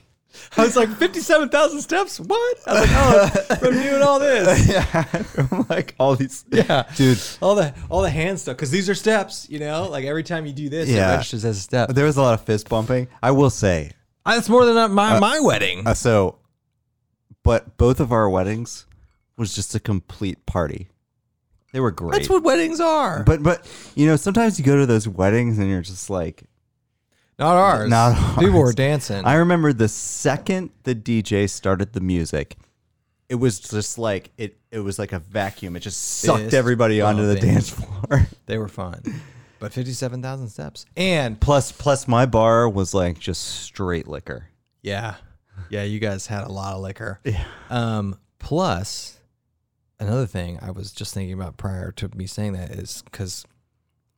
A: I was like, 57,000 steps? What? I was like, oh, from doing all this.
B: yeah, from, like all these
A: Yeah.
B: dude.
A: All the all the hand stuff because these are steps, you know. Like every time you do this,
B: Yeah.
A: it registers as a step.
B: There was a lot of fist bumping. I will say
A: I, that's more than uh, my my wedding.
B: uh, so, but both of our weddings was just a complete party. They were great.
A: that's what weddings are.
B: But but you know, sometimes you go to those weddings and you're just like
A: not ours.
B: Not ours.
A: People were dancing.
B: I remember the second the DJ started the music, it was just like it it was like a vacuum. It just sucked
A: Fist
B: everybody onto the
A: bumping.
B: dance floor.
A: they were fun. But fifty-seven thousand steps, and
B: plus plus my bar was like just straight liquor.
A: yeah, yeah, you guys had a lot of liquor.
B: Yeah.
A: Um, plus, another thing I was just thinking about prior to me saying that is because,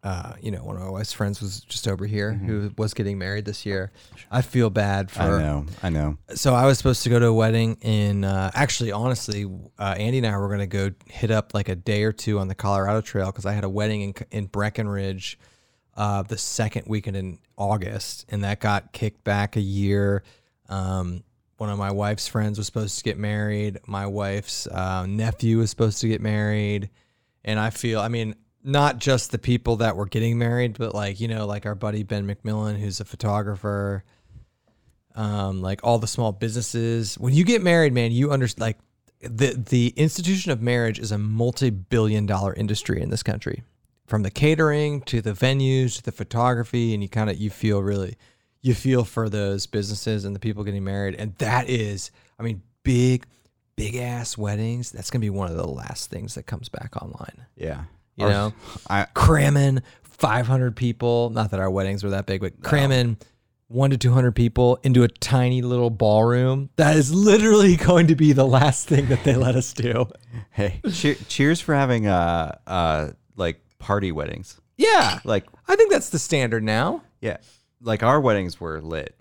A: uh, you know, one of my wife's friends was just over here who was getting married this year. Mm-hmm. I feel bad for
B: I know, I know.
A: so I was supposed to go to a wedding in uh, actually honestly uh, Andy and I were going to go hit up like a day or two on the Colorado Trail because I had a wedding in, in Breckenridge uh, the second weekend in August and that got kicked back a year. Um, one of my wife's friends was supposed to get married. My wife's uh, nephew was supposed to get married, and I feel I mean not just the people that were getting married, but like you know like our buddy Ben McMillan who's a photographer um, like all the small businesses. When you get married, man, you understand like the the institution of marriage is a multi billion dollar industry in this country, from the catering to the venues to the photography, and you kind of you feel really you feel for those businesses and the people getting married, and that is, I mean, big big ass weddings. That's gonna be one of the last things that comes back online.
B: Yeah.
A: You
B: Our-
A: know?
B: I
A: cramming 500 people. Not that our weddings were that big, but cramming one to 200 people into a tiny little ballroom. That is literally going to be the last thing that they let us do.
B: hey, cheer, cheers for having uh uh like party weddings.
A: Yeah.
B: Like
A: I think that's the standard now.
B: yeah, like our weddings were lit.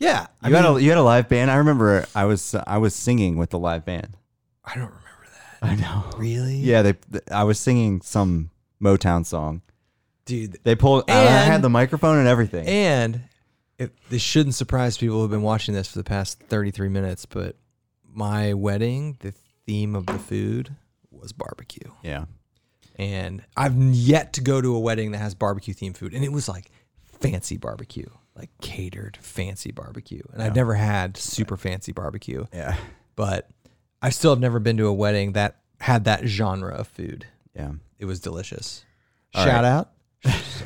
A: Yeah. I,
B: You
A: mean,
B: had a you had a live band. I remember I was I was singing with the live band.
A: I don't remember that.
B: I know.
A: Really?
B: Yeah, they. th- I was singing some Motown song.
A: Dude.
B: They pulled. I- I had
A: And-
B: the microphone and everything.
A: And it, this shouldn't surprise people who've been watching this for the past 33 minutes, but my wedding, the theme of the food was barbecue.
B: yeah.
A: and I've yet to go to a wedding that has barbecue themed food, and it was like fancy barbecue, like catered fancy barbecue, and I've never had super fancy barbecue,
B: Yeah.
A: but I still have never been to a wedding that had that genre of food.
B: Yeah.
A: It was delicious. shout out,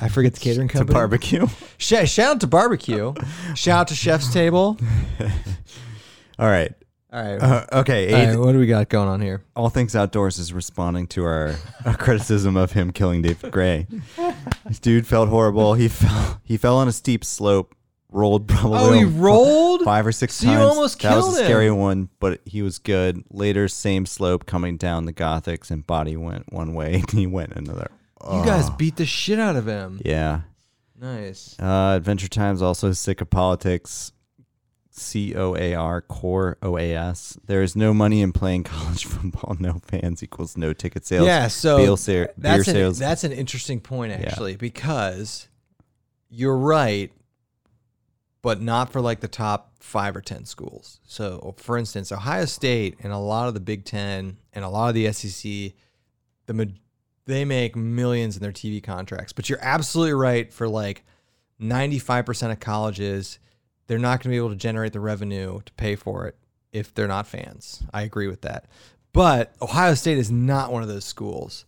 A: I forget the catering
B: To
A: company.
B: barbecue.
A: Sh- shout out to barbecue. shout out to Chef's Table.
B: All right.
A: All right.
B: Uh, okay.
A: all
B: Aid-
A: right, what do we got going on here?
B: All Things Outdoors is responding to our, our criticism of him killing David Gray. This dude felt horrible. He fell. He fell on a steep slope. Rolled probably.
A: Oh, he
B: on-
A: rolled.
B: five or six
A: So you
B: times.
A: almost
B: that was
A: killed
B: a
A: him.
B: scary one, but he was good. Later, same slope coming down the Gothics, and body went one way, and he went another.
A: You guys beat the shit out of him.
B: Yeah.
A: Nice.
B: Uh, Adventure Time's also sick of politics. C O A R, core O A S. There is no money in playing college football. No fans equals no ticket sales.
A: yeah, so
B: beer, sa- beer
A: that's an,
B: sales.
A: that's an interesting point
B: Yeah.
A: actually because you're right but not for like the top 5 or 10 schools. So for instance, Ohio State and a lot of the Big 10 and a lot of the SEC the ma- they make millions in their TV contracts. But you're absolutely right for like 95% of colleges they're not going to be able to generate the revenue to pay for it if they're not fans. I agree with that. But Ohio State is not one of those schools.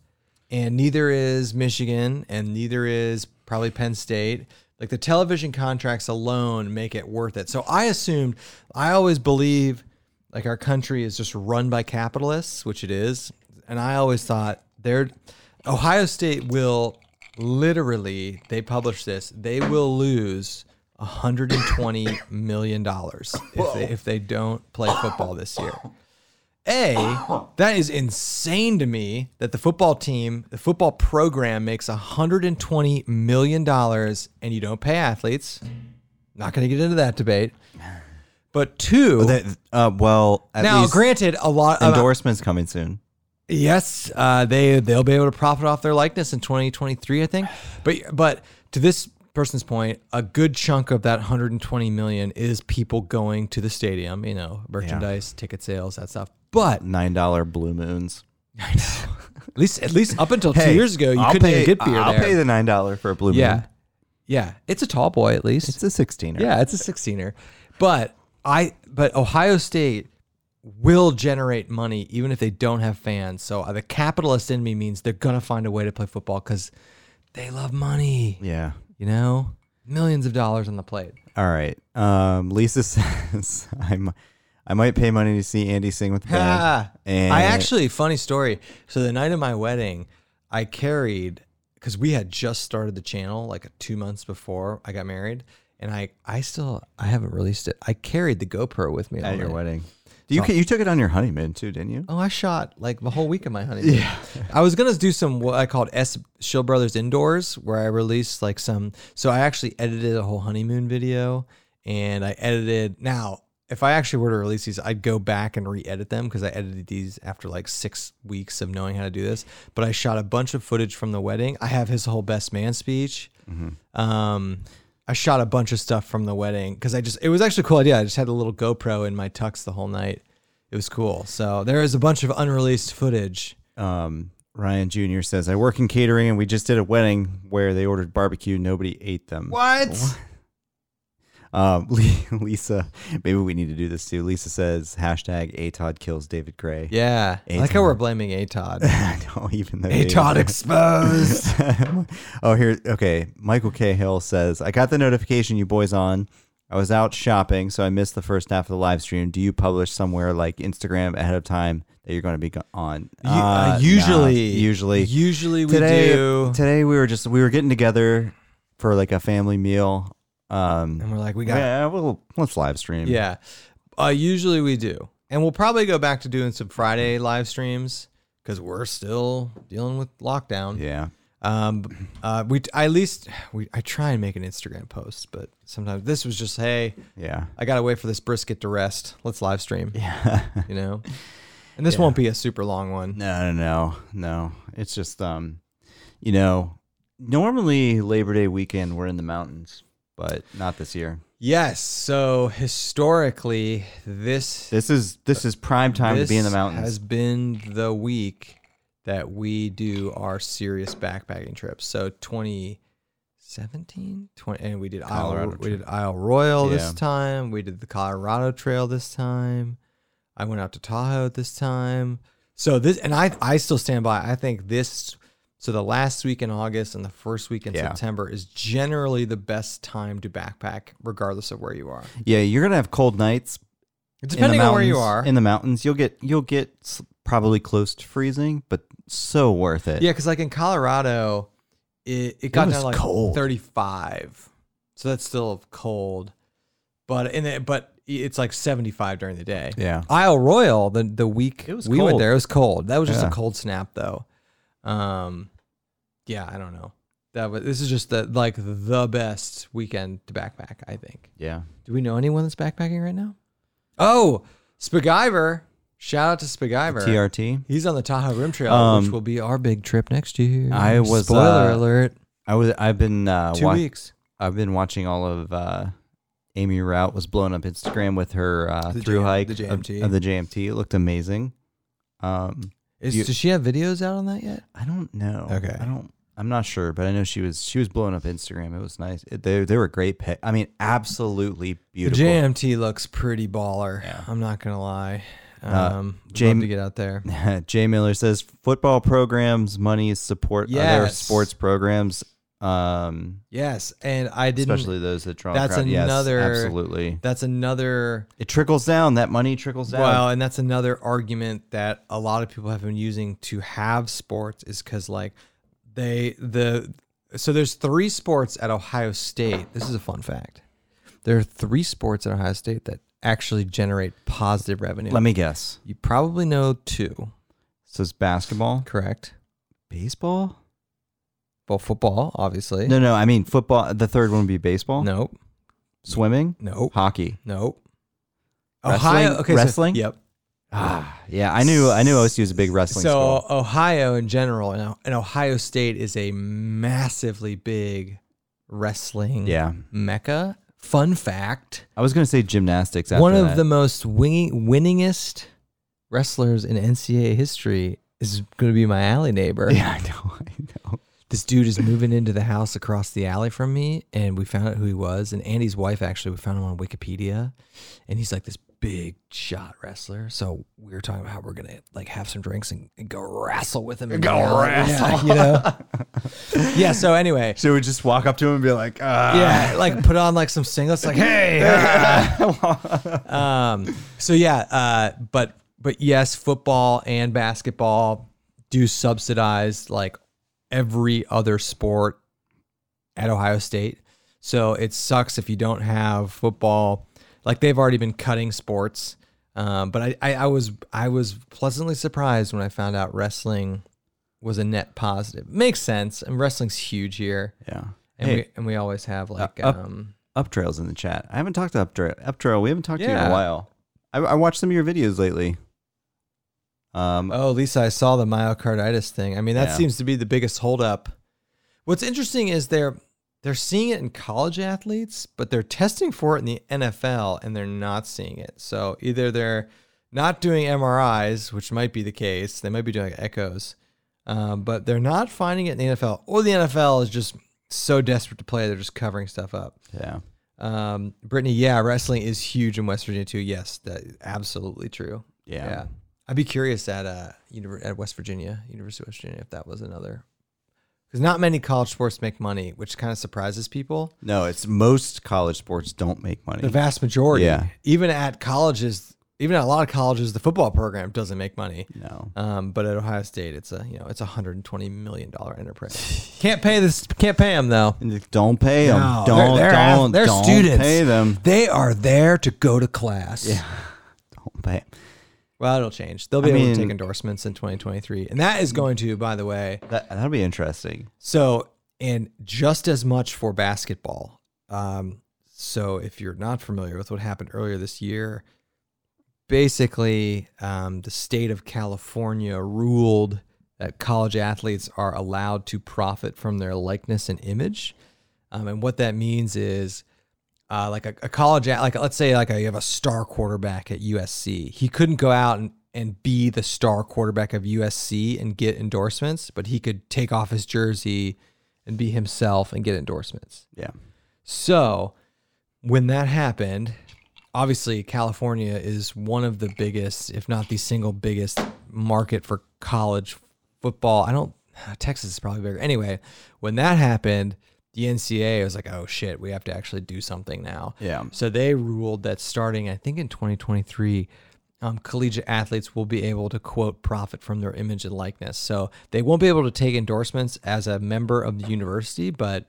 A: And neither is Michigan, and neither is probably Penn State. Like the television contracts alone make it worth it. So I assumed, I always believe like our country is just run by capitalists, which it is. And I always thought they're, Ohio State will literally, they publish this, they will lose $120 million if they, if they don't play football this year. A, that is insane to me that the football team, the football program makes $120 million and you don't pay athletes. Not going to get into that debate. But two,
B: That- uh, well, at
A: now
B: least
A: granted, uh, a lot of
B: endorsements coming soon.
A: Yes, uh, they they'll be able to profit off their likeness in 2023, I think. But but to this person's point, a good chunk of that 120 million is people going to the stadium. You know, merchandise, ticket sales, that stuff. But
B: Nine dollar blue moons.
A: at least at least up until two years ago, you couldn't even get beer
B: I'll
A: there.
B: pay the Mhm. nine dollar for a blue
A: yeah,
B: moon.
A: yeah, it's a tall boy at least.
B: It's a sixteener.
A: Yeah, it's a 16er. But I but Ohio State will generate money even if they don't have fans. So uh, the capitalist in me means they're going to find a way to play football cuz they love money,
B: Yeah.
A: you know? Millions of dollars on the plate.
B: All right. Um, Lisa says I'm. I might pay money to see Andy sing with the band.
A: Ah,
B: and
A: I actually funny story. So the night of my wedding, I carried because we had just started the channel like two months before I got married, and I I still I haven't released it. I carried the GoPro with me all
B: at your
A: night.
B: wedding. Do you you took it on your honeymoon too, didn't you?
A: Oh, I shot like the whole week of my honeymoon. Yeah. I was gonna do some what I called S Shill Brothers Indoors, where I released like some. So I actually edited a whole honeymoon video, and I edited. Now, if I actually were to release these, I'd go back and re-edit them because I edited these after like six weeks of knowing how to do this. But I shot a bunch of footage from the wedding. I have his whole best man speech. Um, I shot a bunch of stuff from the wedding because I just it was actually a cool idea. I just had a little GoPro in my tux the whole night. It was cool. So there is a bunch of unreleased footage.
B: Um, Ryan Jr. says I work in catering, and we just did a wedding where they ordered barbecue. Nobody ate them.
A: What?
B: Um, Le- Lisa, maybe we need to do this too. Lisa says hashtag Atod kills David Gray.
A: Yeah. I like how we're blaming Atod.
B: I don't even know. David-
A: Atod exposed.
B: oh, here. Okay. Michael Cahill says, I got the notification you boys on. I was out shopping, so I missed the first half of the live stream. Do you publish somewhere like Instagram ahead of time that you're going to be go- on?
A: You-
B: Uh,
A: uh,
B: nah,
A: usually,
B: usually.
A: usually we
B: today,
A: do.
B: today we were just we were getting together for like a family meal. Um,
A: and we're like, we got
B: yeah, well, let's live stream.
A: Yeah. Uh, usually we do. And we'll probably go back to doing some Friday live streams because we're still dealing with lockdown.
B: yeah.
A: Um, b- uh, we I at least we I try and make an Instagram post, but sometimes this was just hey,
B: Yeah.
A: I gotta wait for this brisket to rest. Let's live stream. Yeah, you know, and this won't be a super long one.
B: No, no, no, no. It's just um, you know, normally Labor Day weekend we're in the mountains, but not this year.
A: Yes. So historically, this
B: This is this is prime time to be in the
A: This
B: mountains.
A: Has been the week that we do our serious backpacking trips. So 2017, 20, and we did Isle,
B: Colorado
A: we did Isle Royal
B: Yeah.
A: this time. We did the Colorado Trail this time. I went out to Tahoe this time. So this, and I, I still stand by. I think this. So the last week in August and the first week in
B: Yeah.
A: September is generally the best time to backpack, regardless of where you are.
B: yeah, you're gonna have cold nights. in the
A: Depending on where you are,
B: mountains- in the mountains, you'll get you'll get s- probably close to freezing, but so worth it.
A: Yeah, because like in Colorado, it, it got
B: was
A: down to like
B: cold.
A: 35. So that's still cold. But in it, but it's like 75 during the day.
B: yeah.
A: Isle Royal, the the week
B: It was
A: we went
B: cold.
A: there, it was cold. That was just
B: Yeah.
A: a cold snap though. Um, yeah, I don't know. That was, this is just the like the best weekend to backpack, I think.
B: Yeah.
A: Do we know anyone that's backpacking right now? Oh, Spagiver. Shout out to Spagiver.
B: TRT.
A: He's on the Tahoe Rim Trail, which
B: Um,
A: will be our big trip next year.
B: I was,
A: spoiler
B: uh,
A: alert.
B: I was. I've been. Uh,
A: Two
B: wa-
A: weeks.
B: I've been watching all of. Uh, Amy Rout was blowing up Instagram with her uh,
A: The
B: through
A: J-
B: hike
A: the
B: of-
A: JMT.
B: Of, the JMT. It looked amazing. Um,
A: Is,
B: you-
A: does she have videos out on that yet?
B: I don't know.
A: Okay.
B: I don't. I'm not sure, but I know she was. She was blowing up Instagram. It was nice. It, they they were great. Pic- I mean, absolutely
A: The
B: beautiful.
A: JMT looks pretty baller.
B: Yeah.
A: I'm not gonna lie.
B: Uh,
A: Um, would
B: Jam-
A: love to get out there.
B: Jay Miller says football programs, money support other
A: Yes.
B: sports programs, um,
A: Yes, and I didn't.
B: especially those that draw. a
A: That's
B: crowd. Yes,
A: another-
B: absolutely.
A: that's another
B: It trickles down. That money trickles down.
A: Well, and that's another argument that a lot of people have been using to have sports is because like they the so there's three sports at Ohio State. This is a fun fact. There are three sports at Ohio State that actually generate positive revenue.
B: Let me guess.
A: you probably know two,
B: So it's basketball,
A: correct?
B: baseball.
A: Well, football, obviously.
B: No, no. I mean football. The third one would be baseball,
A: Nope.
B: swimming,
A: Nope.
B: hockey.
A: Nope.
B: Wrestling?
A: Ohio. Okay. so-
B: Wrestling?
A: yep.
B: Ah, yeah. I knew. I knew OSU was a big wrestling
A: so
B: school.
A: Ohio in general, and, and Ohio State is a massively big wrestling
B: Yeah,
A: mecca. Fun fact:
B: I was gonna say gymnastics. After
A: one of
B: that.
A: the most wingy, winningest wrestlers in NCAA history is going to be my alley neighbor.
B: Yeah, I know. I know.
A: This dude is moving into the house across the alley from me, and we found out who he was. And Andy's wife actually, we found him on Wikipedia, and he's like this big shot wrestler. So we were talking about how we're gonna like have some drinks and, and go wrestle with him. in the
B: Go
A: alley.
B: wrestle.
A: yeah, you know. yeah. So anyway,
B: So we just walk up to him and be like, ah.
A: yeah, like put on like some singlets, like hey. um so yeah uh but but yes football and basketball do subsidize like every other sport at ohio state so it sucks if you don't have football like they've already been cutting sports um but i i, I was i was pleasantly surprised when i found out wrestling was a net positive makes sense and wrestling's huge here
B: Yeah.
A: and
B: Hey.
A: we and we always have like
B: up-
A: um
B: Uptrail's in the chat. I haven't talked to Uptrail. Uptrail, we haven't talked to you in
A: Yeah.
B: a while. I, I watched some of your videos lately. Um,
A: Oh, Lisa, I saw the myocarditis thing. I mean, that
B: Yeah.
A: seems to be the biggest holdup. What's interesting is they're they're seeing it in college athletes, but they're testing for it in the NFL and they're not seeing it. So either they're not doing MRIs, which might be the case, they might be doing echoes, um, but they're not finding it in the NFL. Or the NFL is just so desperate to play, they're just covering stuff up.
B: yeah.
A: Um, Brittany, yeah, wrestling is huge in West Virginia too. Yes, that absolutely true.
B: Yeah.
A: I'd be curious at uh univer- at West Virginia, University of West Virginia, if that was another, because not many college sports make money, which kind of surprises people.
B: No, it's most college sports don't make money.
A: The vast majority,
B: Yeah.
A: even at colleges, even at a lot of colleges, the football program doesn't make money.
B: no.
A: Um, but at Ohio State, it's a you know it's a hundred and twenty million dollar enterprise. can't pay this. Can't pay them though.
B: And just don't pay them.
A: No, they're-
B: don't
A: they're ath-
B: don't,
A: they're
B: don't
A: students.
B: pay them.
A: They are there to go to class.
B: Yeah. Don't pay.
A: Well, it'll change. They'll be
B: I
A: able
B: mean-
A: to take endorsements in 2023, and that is going to, by the way,
B: That that'll be interesting.
A: So, and just as much for basketball. Um, so, if you're not familiar with what happened earlier this year, basically um, the state of California ruled that college athletes are allowed to profit from their likeness and image. Um, and what that means is, uh, like a, a college, at, like let's say, like a, you have a star quarterback at USC. He couldn't go out and, and be the star quarterback of USC and get endorsements, but he could take off his jersey and be himself and get endorsements.
B: Yeah.
A: So when that happened, obviously California is one of the biggest, if not the single biggest market for college football. I don't Texas is probably bigger. Anyway, when that happened, the NCAA was like, "Oh shit, we have to actually do something now."
B: Yeah.
A: So they ruled that starting, I think, in 2023, um, collegiate athletes will be able to quote profit from their image and likeness. So they won't be able to take endorsements as a member of the university, but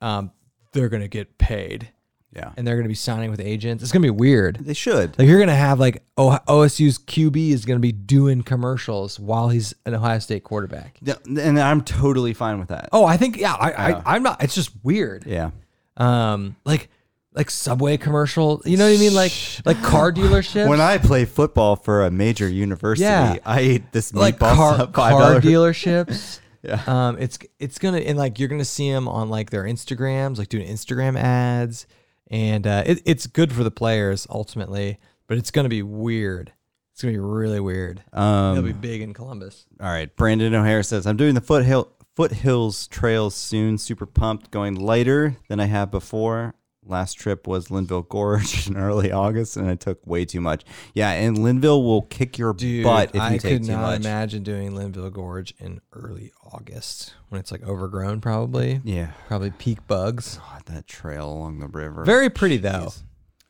A: um, they're going to get paid
C: Yeah.
A: and they're going to be signing with agents. It's going to be weird.
B: They should.
A: Like you're going to have like oh, OSU's QB is going to be doing commercials while he's an Ohio State quarterback.
B: Yeah, And I'm totally fine with that.
A: Oh, I think yeah, I, I I'm not. It's just weird.
B: Yeah.
A: Um, like like Subway commercial. You know what I mean? Like like car dealerships.
B: When I play football for a major university,
A: Yeah.
B: I ate this
A: like
B: meatball
A: car,
B: sub five
A: car
B: dollars.
A: dealerships.
B: Yeah.
A: Um, it's it's gonna and like you're gonna see them on like their Instagrams, like doing Instagram ads, and uh, it, it's good for the players ultimately, but it's gonna be weird. It's gonna be really weird. It'll
B: Um,
A: be big in Columbus.
B: all right. Brandon O'Hare says, "I'm doing the foothill foothills trails soon. Super pumped. Going lighter than I have before. Last trip was Linville Gorge in early August, and I took way too much. Yeah, and Linville will kick your
A: Dude,
B: butt if you
A: I
B: take
A: could
B: too
A: not
B: much.
A: imagine doing Linville Gorge in early August when it's like overgrown, probably
B: Yeah.
A: probably peak bugs.
B: God, that trail along the river.
A: Very pretty though.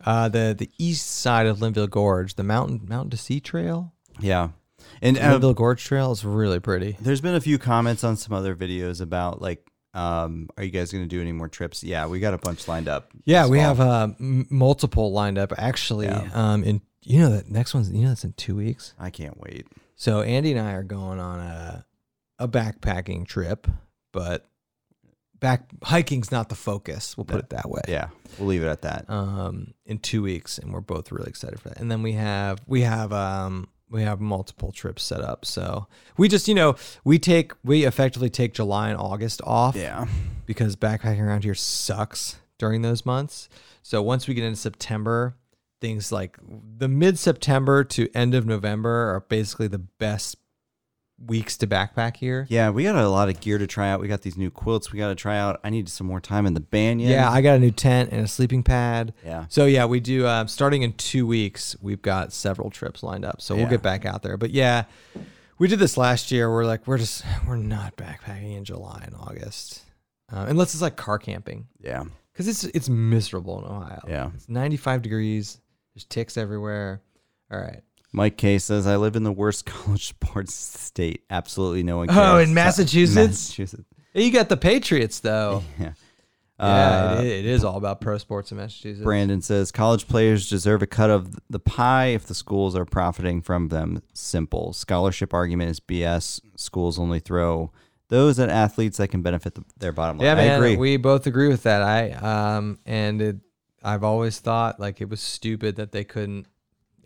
A: Uh, the the east side of Linville Gorge, the mountain mountain to sea trail,
B: Yeah. And uh,
A: Linville Gorge trail is really pretty.
B: There's been a few comments on some other videos about like, um, are you guys gonna do any more trips? Yeah, we got a bunch lined up.
A: Yeah,
B: this
A: we
B: fall.
A: have uh, m- multiple lined up actually.
B: Yeah.
A: Um, in you know that next one's you know that's in two weeks.
B: I can't wait.
A: So Andy and I are going on a a backpacking trip, but back hiking's not the focus. We'll put it that way.
B: Yeah, we'll leave it at that.
A: Um, in two weeks, and we're both really excited for that. And then we have we have um we have multiple trips set up. So we just you know we take we effectively take July and August off
B: Yeah.
A: because backpacking around here sucks during those months. So once we get into September, things like the mid September to end of November are basically the best weeks to backpack here.
B: Yeah, we got a lot of gear to try out. We got these new quilts we got to try out. I need some more time in the banyan.
A: Yeah, I got a new tent and a sleeping pad.
B: Yeah.
A: So yeah, we do. Uh, starting in two weeks, we've got several trips lined up. So we'll
B: Yeah.
A: get back out there. But yeah, we did this last year. We're like, we're just we're not backpacking in July and August, uh, unless it's like car camping.
B: Yeah.
A: because it's it's miserable in Ohio.
B: Yeah.
A: it's 95 degrees. There's ticks everywhere. All right.
B: Mike K says, I live in the worst college sports state. Absolutely no one cares.
A: Oh, in
B: So-
A: Massachusetts?
B: Massachusetts.
A: Hey, You got the Patriots though.
B: Yeah.
A: yeah, it,
B: Uh,
A: i- it is all about pro sports in Massachusetts.
B: Brandon says college players deserve a cut of the pie if the schools are profiting from them. Simple scholarship argument is BS. Schools only throw those at athletes that can benefit the, their bottom line.
A: yeah, man.
B: I agree.
A: We both agree with that. I um and it, I've always thought like it was stupid that they couldn't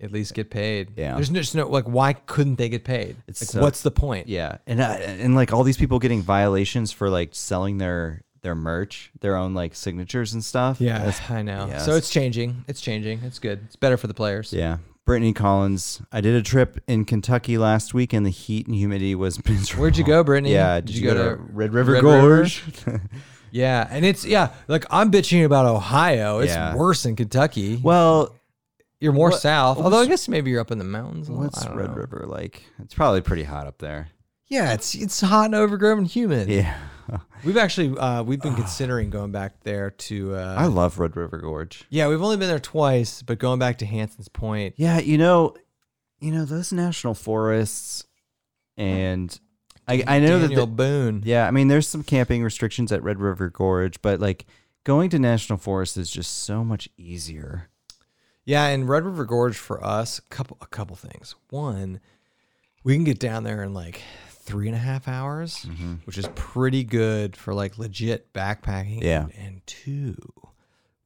A: at least get paid.
B: Yeah.
A: There's no, just no like why couldn't they get paid?
B: It's
A: like
B: so-
A: what's the point?
B: yeah, and I, and like all these people getting violations for like selling their their merch, their own like signatures and stuff.
A: Yeah,
B: That's-
A: I know.
B: yeah,
A: so
B: that's-
A: it's changing. It's changing. It's good. It's better for the players.
B: yeah. Brittany Collins, I did a trip in Kentucky last week, and the heat and humidity was miserable.
A: Where'd you go, Brittany?
B: Yeah, did, you, go, to, Red River
A: Red River?
B: Gorge?
A: Yeah, and it's yeah, like I'm bitching about Ohio. It's
B: Yeah.
A: worse in Kentucky.
B: well,
A: you're more
B: what-
A: south. Although I
B: what's-
A: guess maybe you're up in the mountains. a little. I
B: What's
A: don't
B: Red
A: know.
B: River like? It's probably pretty hot up there.
A: Yeah, it's it's hot and overgrown and humid.
B: Yeah.
A: We've actually uh, we've been considering going back there to uh,
B: I love Red River Gorge.
A: Yeah, we've only been there twice, but going back to Hanson's Point.
B: Yeah, you know, you know those national forests and I I know
A: Daniel
B: that
A: Boone.
B: the, yeah, I mean there's some camping restrictions at Red River Gorge, but like going to national forest is just so much easier.
A: Yeah, and Red River Gorge for us, a couple a couple things. One, we can get down there in like three and a half hours,
B: Mm-hmm.
A: which is pretty good for like legit backpacking.
B: Yeah.
A: And, and two,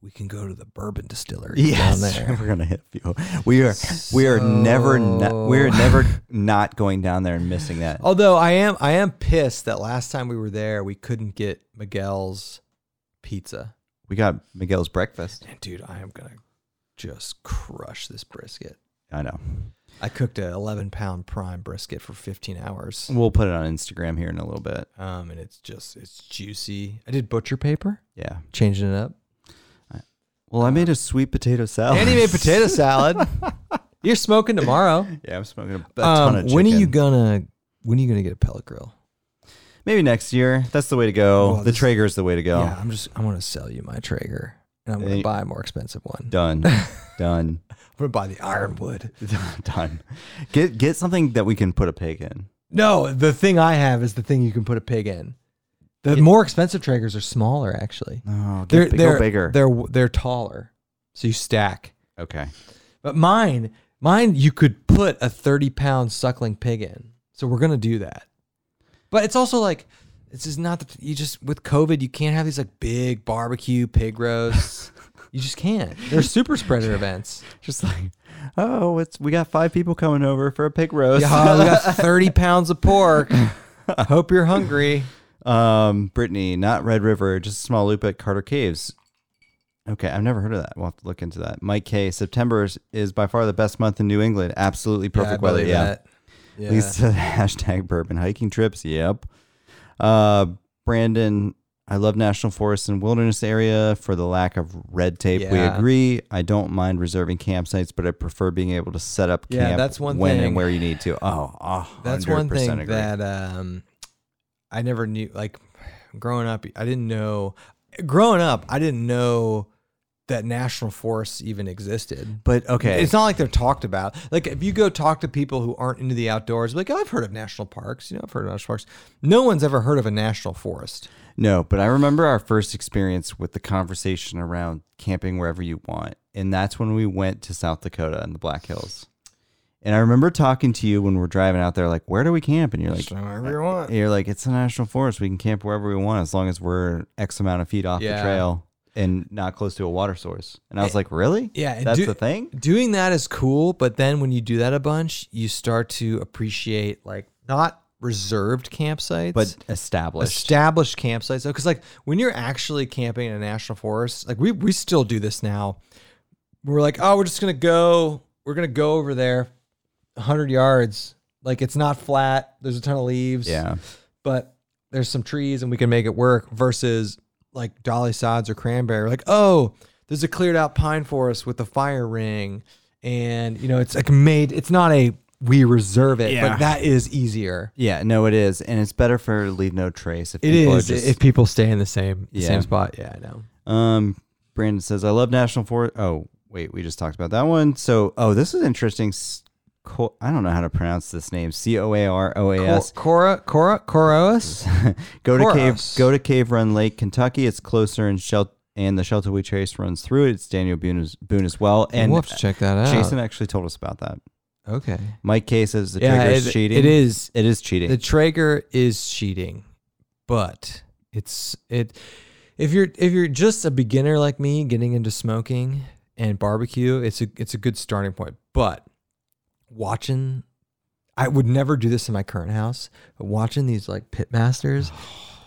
A: we can go to the bourbon distillery
B: Yes,
A: down there.
B: we're gonna hit people. We are we are never not, we are never not going down there and missing that.
A: Although I am I am pissed that last time we were there we couldn't get Miguel's pizza.
B: We got Miguel's breakfast.
A: And dude, I am gonna just crush this brisket.
B: I know.
A: I cooked a 11 pound prime brisket for 15 hours.
B: We'll put it on Instagram here in a little bit.
A: Um, and it's just it's juicy. I did butcher paper,
B: Yeah.
A: changing it up.
B: Well, I made a sweet potato salad.
A: Andy made potato salad. You're smoking tomorrow.
B: yeah, I'm smoking a, a
A: Um,
B: ton of
A: when are you
B: chicken.
A: gonna when are you gonna get a pellet grill?
B: Maybe next year. That's the way to go.
A: Well,
B: the
A: this-
B: Traeger is the way to go.
A: Yeah, I'm just I'm gonna sell you my Traeger. And I'm gonna
B: Hey.
A: buy a more expensive one.
B: Done. Done.
A: I'm gonna buy the ironwood.
B: Done. Get get something that we can put a pig in.
A: No, the thing I have is the thing you can put a pig in. The
B: It-
A: more expensive Traegers are smaller, actually.
B: No,
A: Oh, They're
B: get big,
A: they're
B: go bigger.
A: They're they're taller, so you stack.
B: okay.
A: But mine, mine, you could put a thirty-pound suckling pig in. So we're gonna do that. But it's also like this is not the you just with COVID you can't have these like big barbecue pig roasts. you just can't. They're super spreader events.
B: Just like, oh, it's we got five people coming over for a pig roast.
A: Yeah, we got 30 pounds of pork. Hope you're hungry.
B: Um, Brittany, not Red River, just a small loop at Carter Caves. Okay, I've never heard of that. We'll have to look into that. Mike K, September is, is by far the best month in New England. Absolutely perfect weather. Yeah.
A: Yeah.
B: Leads to the hashtag bourbon hiking trips. Yep. Uh, Brandon, I love national forests and wilderness area for the lack of red tape. We
A: Yeah.
B: agree. I don't mind reserving campsites, but I prefer being able to set up
A: Yeah,
B: camp
A: that's one
B: when
A: thing.
B: and where you need to. Oh, a
A: That's
B: hundred
A: one thing
B: percent agree.
A: that um, I never knew. Like growing up, I didn't know. Growing up, I didn't know that national forests even existed.
B: But okay,
A: It's not like they're talked about. Like if you go talk to people who aren't into the outdoors, like oh, I've heard of national parks. You know, I've heard of national parks. No one's ever heard of a national forest.
B: No, but I remember our first experience with the conversation around camping wherever you want. And that's when we went to South Dakota and the Black Hills. And I remember talking to you when we're driving out there, like, where do we camp? And you're like,
A: wherever you want.
B: you're like, it's a national forest. We can camp wherever we want as long as we're X amount of feet off
A: Yeah. Eh,
B: the trail and not close to a water source. And I was like, really?
A: Yeah, and
B: That's
A: do-
B: the thing?
A: doing that is cool, but then when you do that a bunch, you start to appreciate like not reserved campsites,
B: But established.
A: established campsites. Because like when you're actually camping in a national forest, like we we still do this now. We're like, oh, we're just gonna go. We're gonna go over there, hundred yards. Like it's not flat. There's a ton of leaves
B: yeah.
A: but there's some trees and we can make it work versus like dolly sods or cranberry like oh there's a cleared out pine forest with a fire ring and you know it's like made it's not a we reserve it
B: Yeah.
A: but that is easier
B: Yeah. No, it is. And it's better for leave no trace if
A: It
B: people
A: is
B: are just
A: if people stay in the same the
B: Yeah.
A: same spot yeah i know
B: Um, Brandon says, "I love national forest." Oh, wait, we just talked about that one. So, oh, this is interesting. S- Co- I don't know how to pronounce this name. C O A R O A S.
A: cora cora coroas
B: Go to cave.
A: Coros.
B: Go to Cave Run Lake, Kentucky. It's closer and shelter. And the shelter we chase runs through it. It's Daniel Boone as, Boone as well. And uh,
A: we'll have to check that out
B: Jason actually told us about that.
A: okay
B: Mike K says the
A: yeah
B: trigger
A: it,
B: is cheating.
A: it is
B: It is cheating.
A: The Traeger is cheating, but it's it. If you're if you're just a beginner like me getting into smoking and barbecue, it's a it's a good starting point. But watching, I would never do this in my current house. But watching these like pit masters,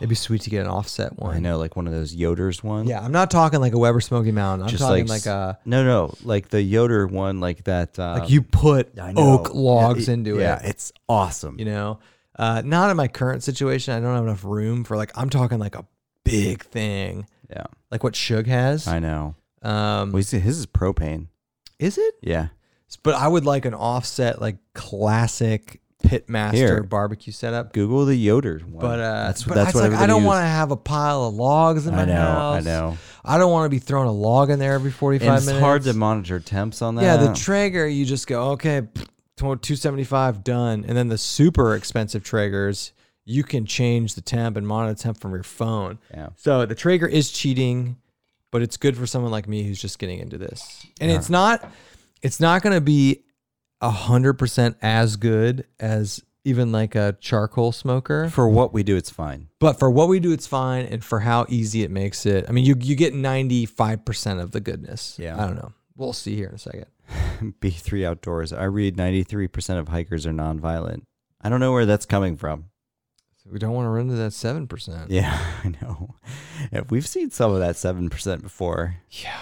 A: it'd be sweet to get an offset one.
B: I know, like one of those Yoders ones.
A: Yeah, I'm not talking like a Weber Smoky Mountain. I'm
B: Just
A: talking
B: like
A: like,
B: s-
A: a
B: No, no, like the Yoder one, like that. Uh,
A: like you put
B: I know.
A: oak logs
B: Yeah,
A: into it.
B: Yeah, it's awesome.
A: you know uh, not in my current situation i don't have enough room for like i'm talking like a big thing
B: Yeah.
A: like what shug has
B: I know.
A: um
B: Well, you see, his is propane.
A: is it
B: Yeah.
A: but i would like an offset like classic pitmaster
B: Here.
A: barbecue setup
B: Google the Yoder one.
A: but uh
B: that's,
A: but
B: that's
A: it's
B: what
A: like, i
B: everybody
A: don't
B: used.
A: want to have a pile of logs in my
B: I know.
A: house
B: I know.
A: i don't want to be throwing a log in there every 45
B: And it's
A: minutes
B: hard to monitor temps on that.
A: yeah the traeger you just go okay pfft, 275 done and then the super expensive traegers you can change the temp and monitor the temp from your phone
B: yeah.
A: So the Traeger is cheating, but it's good for someone like me who's just getting into this. And it's not it's not gonna be a hundred percent as good as even like a charcoal smoker.
B: For what we do, it's fine.
A: But for what we do, it's fine, and for how easy it makes it. I mean, you you get ninety five percent of the goodness.
B: Yeah.
A: I don't know. We'll see here in a second.
B: B3 Outdoors. I read 93% of hikers are nonviolent. I don't know where that's coming from.
A: So we don't want to run to that seven percent.
B: Yeah, I know. Yeah, we've seen some of that 7% before.
A: Yeah.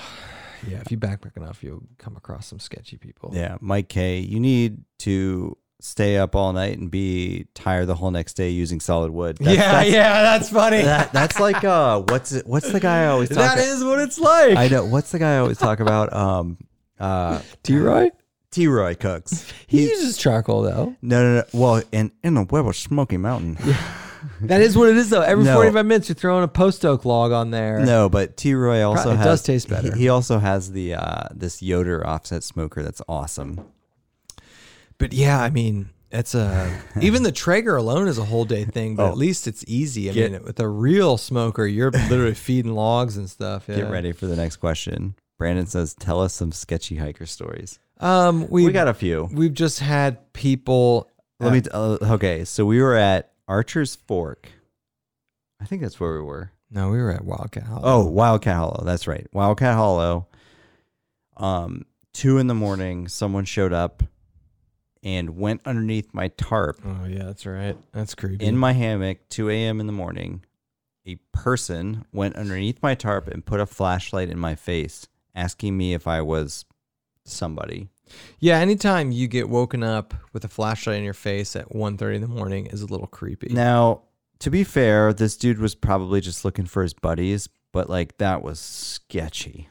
A: Yeah. If you backpack enough, you'll come across some sketchy people.
B: Yeah, Mike K, you need to stay up all night and be tired the whole next day using solid wood. That's-
A: yeah,
B: that's-
A: yeah, that's funny.
B: That, that's like uh, what's it, what's the guy I always talk
A: that
B: about?
A: is what it's like.
B: I know. What's the guy I always talk about? Um, uh,
A: T Roy?
B: T. Roy Cooks.
A: He uses charcoal though.
B: No, no, no. Well, in in the web of Smoky Mountain.
A: That is what it is though. Every
B: No.
A: 45 minutes, you're throwing a post oak log on there.
B: No, but T. Roy also
A: It
B: has,
A: does taste better.
B: He, he also has the uh, this Yoder offset smoker that's awesome.
A: But yeah, I mean, It's a even the Traeger alone is a whole day thing, but
B: Oh.
A: at least it's easy. I
B: Get-
A: mean, with a real smoker, you're literally feeding logs and stuff.
B: Get
A: yeah.
B: ready for the next question. Brandon says, "Tell us some sketchy hiker stories."
A: Um,
B: We
A: we
B: got a few.
A: we've just had people.
B: Let me. T- uh, okay, so we were at Archer's Fork. I think that's where we were.
A: No, we were at Wildcat. Hollow.
B: Oh, Wildcat Hollow. That's right, Wildcat Hollow. Um, two in the morning, someone showed up and went underneath my tarp
A: oh yeah, that's right. That's creepy.
B: in my hammock. Two a.m. in the morning, a person went underneath my tarp and put a flashlight in my face, asking me if I was somebody.
A: yeah, anytime you get woken up with a flashlight in your face at 1.30 in the morning is a little creepy.
B: Now, to be fair, this dude was probably just looking for his buddies, but like that was sketchy.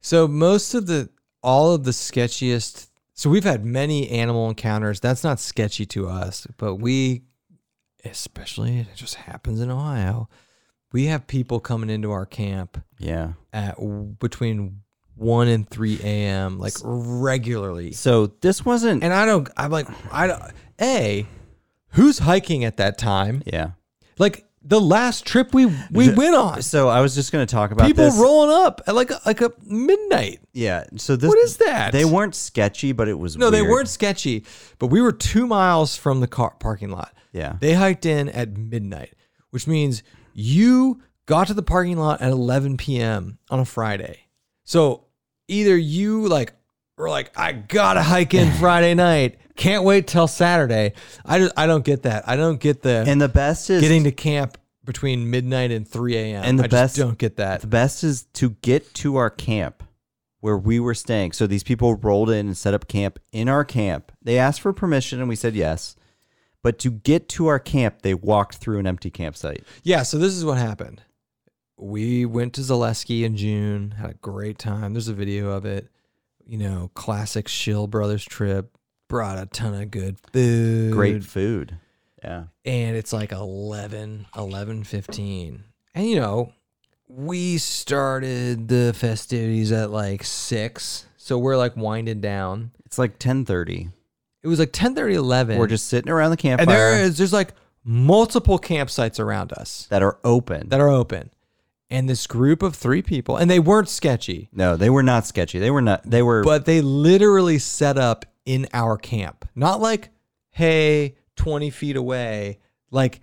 A: So most of the all of the sketchiest so we've had many animal encounters. That's not sketchy to us, but we especially it just happens in Ohio. We have people coming into our camp
B: Yeah.
A: at w- between 1 and 3 a.m. like regularly.
B: So this wasn't.
A: And I don't I'm like I don't A who's hiking at that time?
B: yeah.
A: Like the last trip we we went on.
B: So I was just going to talk about
A: People
B: this.
A: rolling up at like like a midnight.
B: yeah. So this.
A: What is that?
B: They weren't sketchy, but it was.
A: No, they
B: weird.
A: weren't sketchy, but we were two miles from the car parking lot.
B: Yeah.
A: They hiked in at midnight, which means you got to the parking lot at 11 p.m. on a Friday. So either you like were like, I gotta hike in Friday night, can't wait till Saturday. I just, I don't get that. I don't get the
B: and the best is
A: getting to camp between midnight and 3 a.m.
B: And the
A: I
B: best-
A: just don't get that.
B: The best is to get to our camp where we were staying. So these people rolled in and set up camp in our camp. They asked for permission and we said yes. But to get to our camp, they walked through an empty campsite.
A: Yeah, so this is what happened. We went to Zaleski in June, had a great time. There's a video of it. You know, classic Shill Brothers trip. Brought a ton of good food.
B: Great food. Yeah.
A: And it's like 11, 11, 15. And, you know, we started the festivities at like 6. So we're like winding down.
B: It's like 1030.
A: It was like 10, 11.
B: We're just sitting around the
A: and there
B: campfire
A: is, there's like multiple campsites around us.
B: that are open.
A: that are open. And this group of three people, and they weren't sketchy,
B: no, they were not sketchy. They were not. They were.
A: but they literally set up in our camp. Not like, hey, 20 feet away, like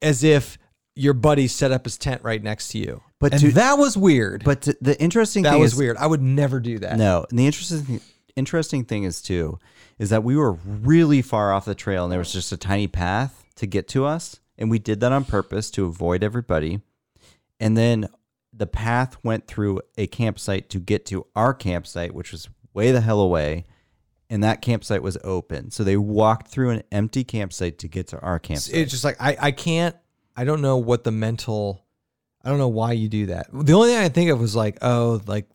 A: as if your buddy set up his tent right next to you.
B: But
A: But
B: to-
A: that was weird.
B: but th- the interesting
A: that
B: thing
A: was
B: is
A: weird. I would never do that.
B: no. And the interesting interesting thing is too is that we were really far off the trail and there was just a tiny path to get to us, and we did that on purpose to avoid everybody. And then the path went through a campsite to get to our campsite, which was way the hell away. And that campsite was open, so they walked through an empty campsite to get to our campsite.
A: It's just like, I, I can't, I don't know what the mental, I don't know why you do that. The only thing I think of was like, oh, like,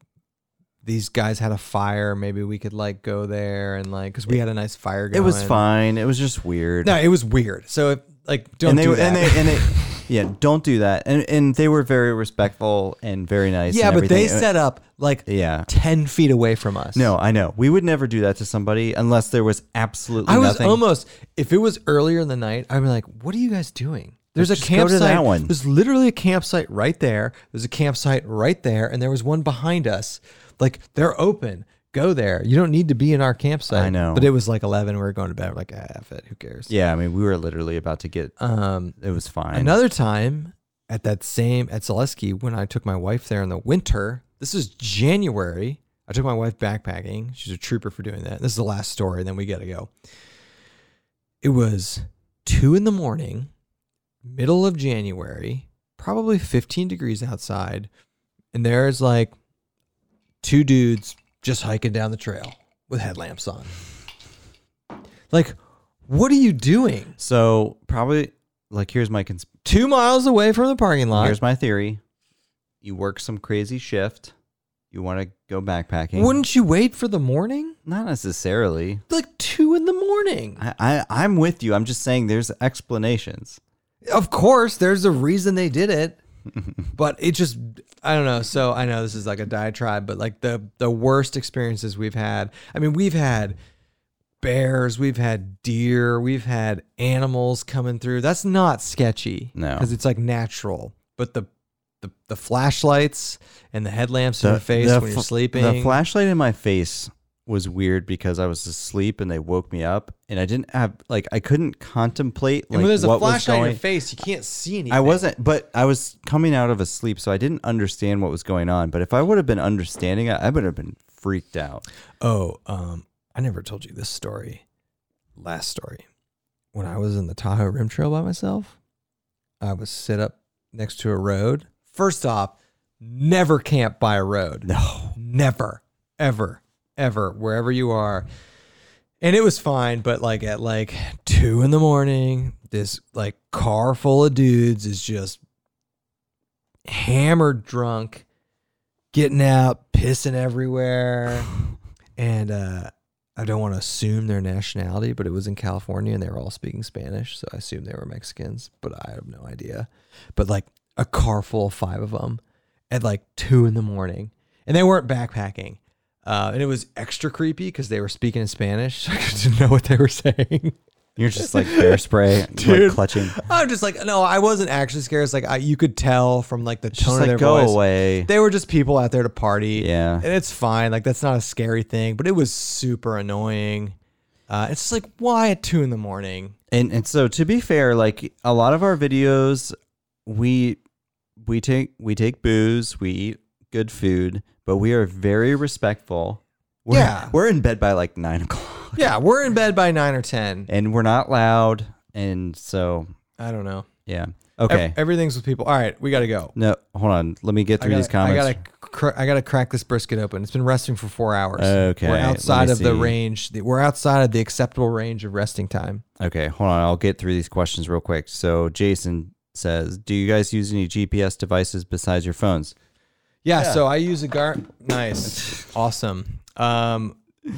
A: these guys had a fire. Maybe we could like go there and like, cause we had a nice fire
B: It
A: going.
B: was fine. It was just weird.
A: No, it was weird. So if, like, don't
B: and they
A: do
B: were-
A: that.
B: and they and they yeah, don't do that. And and they were very respectful and very nice.
A: yeah,
B: and
A: but they
B: everything.
A: set up like
B: yeah.
A: ten feet away from us.
B: No, I know. We would never do that to somebody unless there was absolutely
A: I was
B: nothing.
A: almost. If it was earlier in the night, I'd be like, "What are you guys doing?" There's a
B: Just go to
A: campsite.
B: that one.
A: There's literally a campsite right there. There's a campsite right there, and there was one behind us. Like they're open. Go there. You don't need to be in our campsite.
B: I know.
A: But it was like eleven. We were going to bed. We're like, ah, F it. Who cares?
B: yeah, I mean, we were literally about to get.
A: Um.
B: It was fine.
A: Another time at that same at Zaleski when I took my wife there in the winter. This is January. I took my wife backpacking. She's a trooper for doing that. This is the last story, and then we gotta go. It was two in the morning, middle of January, probably 15 degrees outside, and there's like two dudes just hiking down the trail with headlamps on. Like, what are you doing?
B: so probably like here's my consp-
A: Two miles away from the parking lot.
B: here's my theory. You work some crazy shift. You want to go backpacking?
A: Wouldn't you wait for the morning?
B: not necessarily.
A: Like two in the morning.
B: I, I I'm with you. I'm just saying there's explanations.
A: Of course, there's a reason they did it, but it just I don't know. So I know this is like a diatribe, but like the the worst experiences we've had. I mean, we've had bears, we've had deer, we've had animals coming through. That's not sketchy.
B: No.
A: Because it's like natural. But the the, the flashlights and the headlamps in your face when
B: fl-
A: you're sleeping.
B: The flashlight in my face was weird because I was asleep and they woke me up and I didn't have like I couldn't contemplate
A: and
B: like
A: when there's a
B: what was
A: flashlight in
B: going.
A: your face, you can't see anything.
B: I wasn't, but I was coming out of a sleep, so I didn't understand what was going on. But if I would have been understanding it, I would have been freaked out.
A: Oh, um, I never told you this story. Last story. When I was in the Tahoe Rim Trail by myself, I was set up next to a road. First off, never camp by a road.
B: No.
A: Never, ever, ever, wherever you are. And it was fine, but like at like two in the morning, this like car full of dudes is just hammered drunk, getting out, pissing everywhere. And uh, I don't want to assume their nationality, but it was in California and they were all speaking Spanish. So I assume they were Mexicans, but I have no idea. But like a car full of five of them at like two in the morning. And they weren't backpacking. Uh, and it was extra creepy because they were speaking in Spanish. So I didn't know what they were saying.
B: You're just like bear spray,
A: Dude.
B: like clutching.
A: I'm just like, no, I wasn't actually scared. It's like I, you could tell from like the tone
B: Just
A: of their
B: like go
A: voice.
B: away.
A: They were just people out there to party.
B: Yeah.
A: and it's fine. Like that's not a scary thing, but it was super annoying. Uh, it's just like why at two in the morning?
B: And and so to be fair, like a lot of our videos, we we take we take booze, we eat good food, but we are very respectful. We're,
A: Yeah.
B: we're in bed by like nine o'clock,
A: Yeah, we're in bed by nine or ten.
B: and we're not loud, and so
A: I don't know.
B: yeah,
A: Ev-
B: okay.
A: everything's with people. All right, we gotta go.
B: no, hold on. Let me get
A: I
B: through
A: gotta,
B: these comments.
A: I gotta, cr- I gotta crack this brisket open. It's been resting for four hours.
B: Okay,
A: we're
B: let me
A: outside of the
B: see.
A: range. the- We're outside of the acceptable range of resting time.
B: Okay, hold on. I'll get through these questions real quick. So Jason says, "Do you guys use any GPS devices besides your phones?"
A: Yeah, so I use a gar nice. awesome. Um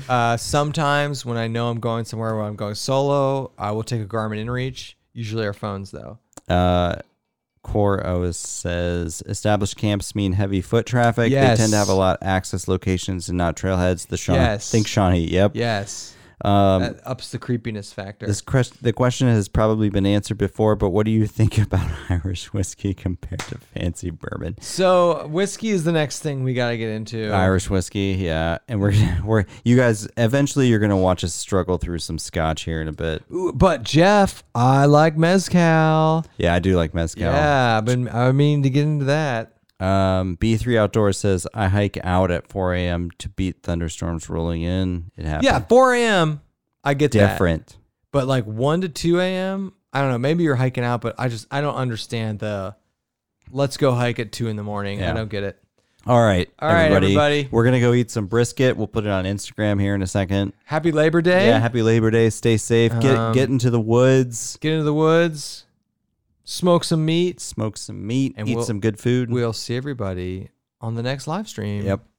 A: uh sometimes when I know I'm going somewhere where I'm going solo, I will take a Garmin InReach, usually our phones though.
B: Uh, Core OS says established camps mean heavy foot traffic.
A: Yes.
B: They tend to have a lot of access locations and not trailheads. The Shawnee,
A: Yes.
B: think Shawnee. Yep.
A: Yes.
B: Um,
A: That ups the creepiness factor.
B: this quest- the question has probably been answered before, but what do you think about Irish whiskey compared to fancy bourbon?
A: so whiskey is the next thing we gotta get into.
B: Irish whiskey, yeah, and we're we're you guys eventually you're gonna watch us struggle through some scotch here in a bit.
A: Ooh, but Jeff, I like Mezcal.
B: Yeah, I do like mezcal.
A: Yeah, I've been I mean to get into that.
B: Um, B3 Outdoors says, I hike out at 4 a.m. to beat thunderstorms rolling in. It happens.
A: Yeah, four AM. I get that.
B: Different.
A: But like one to two a.m. I don't know. Maybe you're hiking out, but I just I don't understand the. Let's go hike at two in the morning. I
B: Yeah.
A: don't get it.
B: All right.
A: All right, everybody.
B: We're going to go eat some brisket. We'll put it on Instagram here in a second.
A: Happy Labor Day.
B: Yeah. Happy Labor Day. Stay safe. Get,
A: Um,
B: get into the woods.
A: Get into the woods, smoke some meats.
B: Smoke some meat.
A: And
B: eat
A: we'll-
B: some good food.
A: We'll see everybody on the next live stream.
B: yep.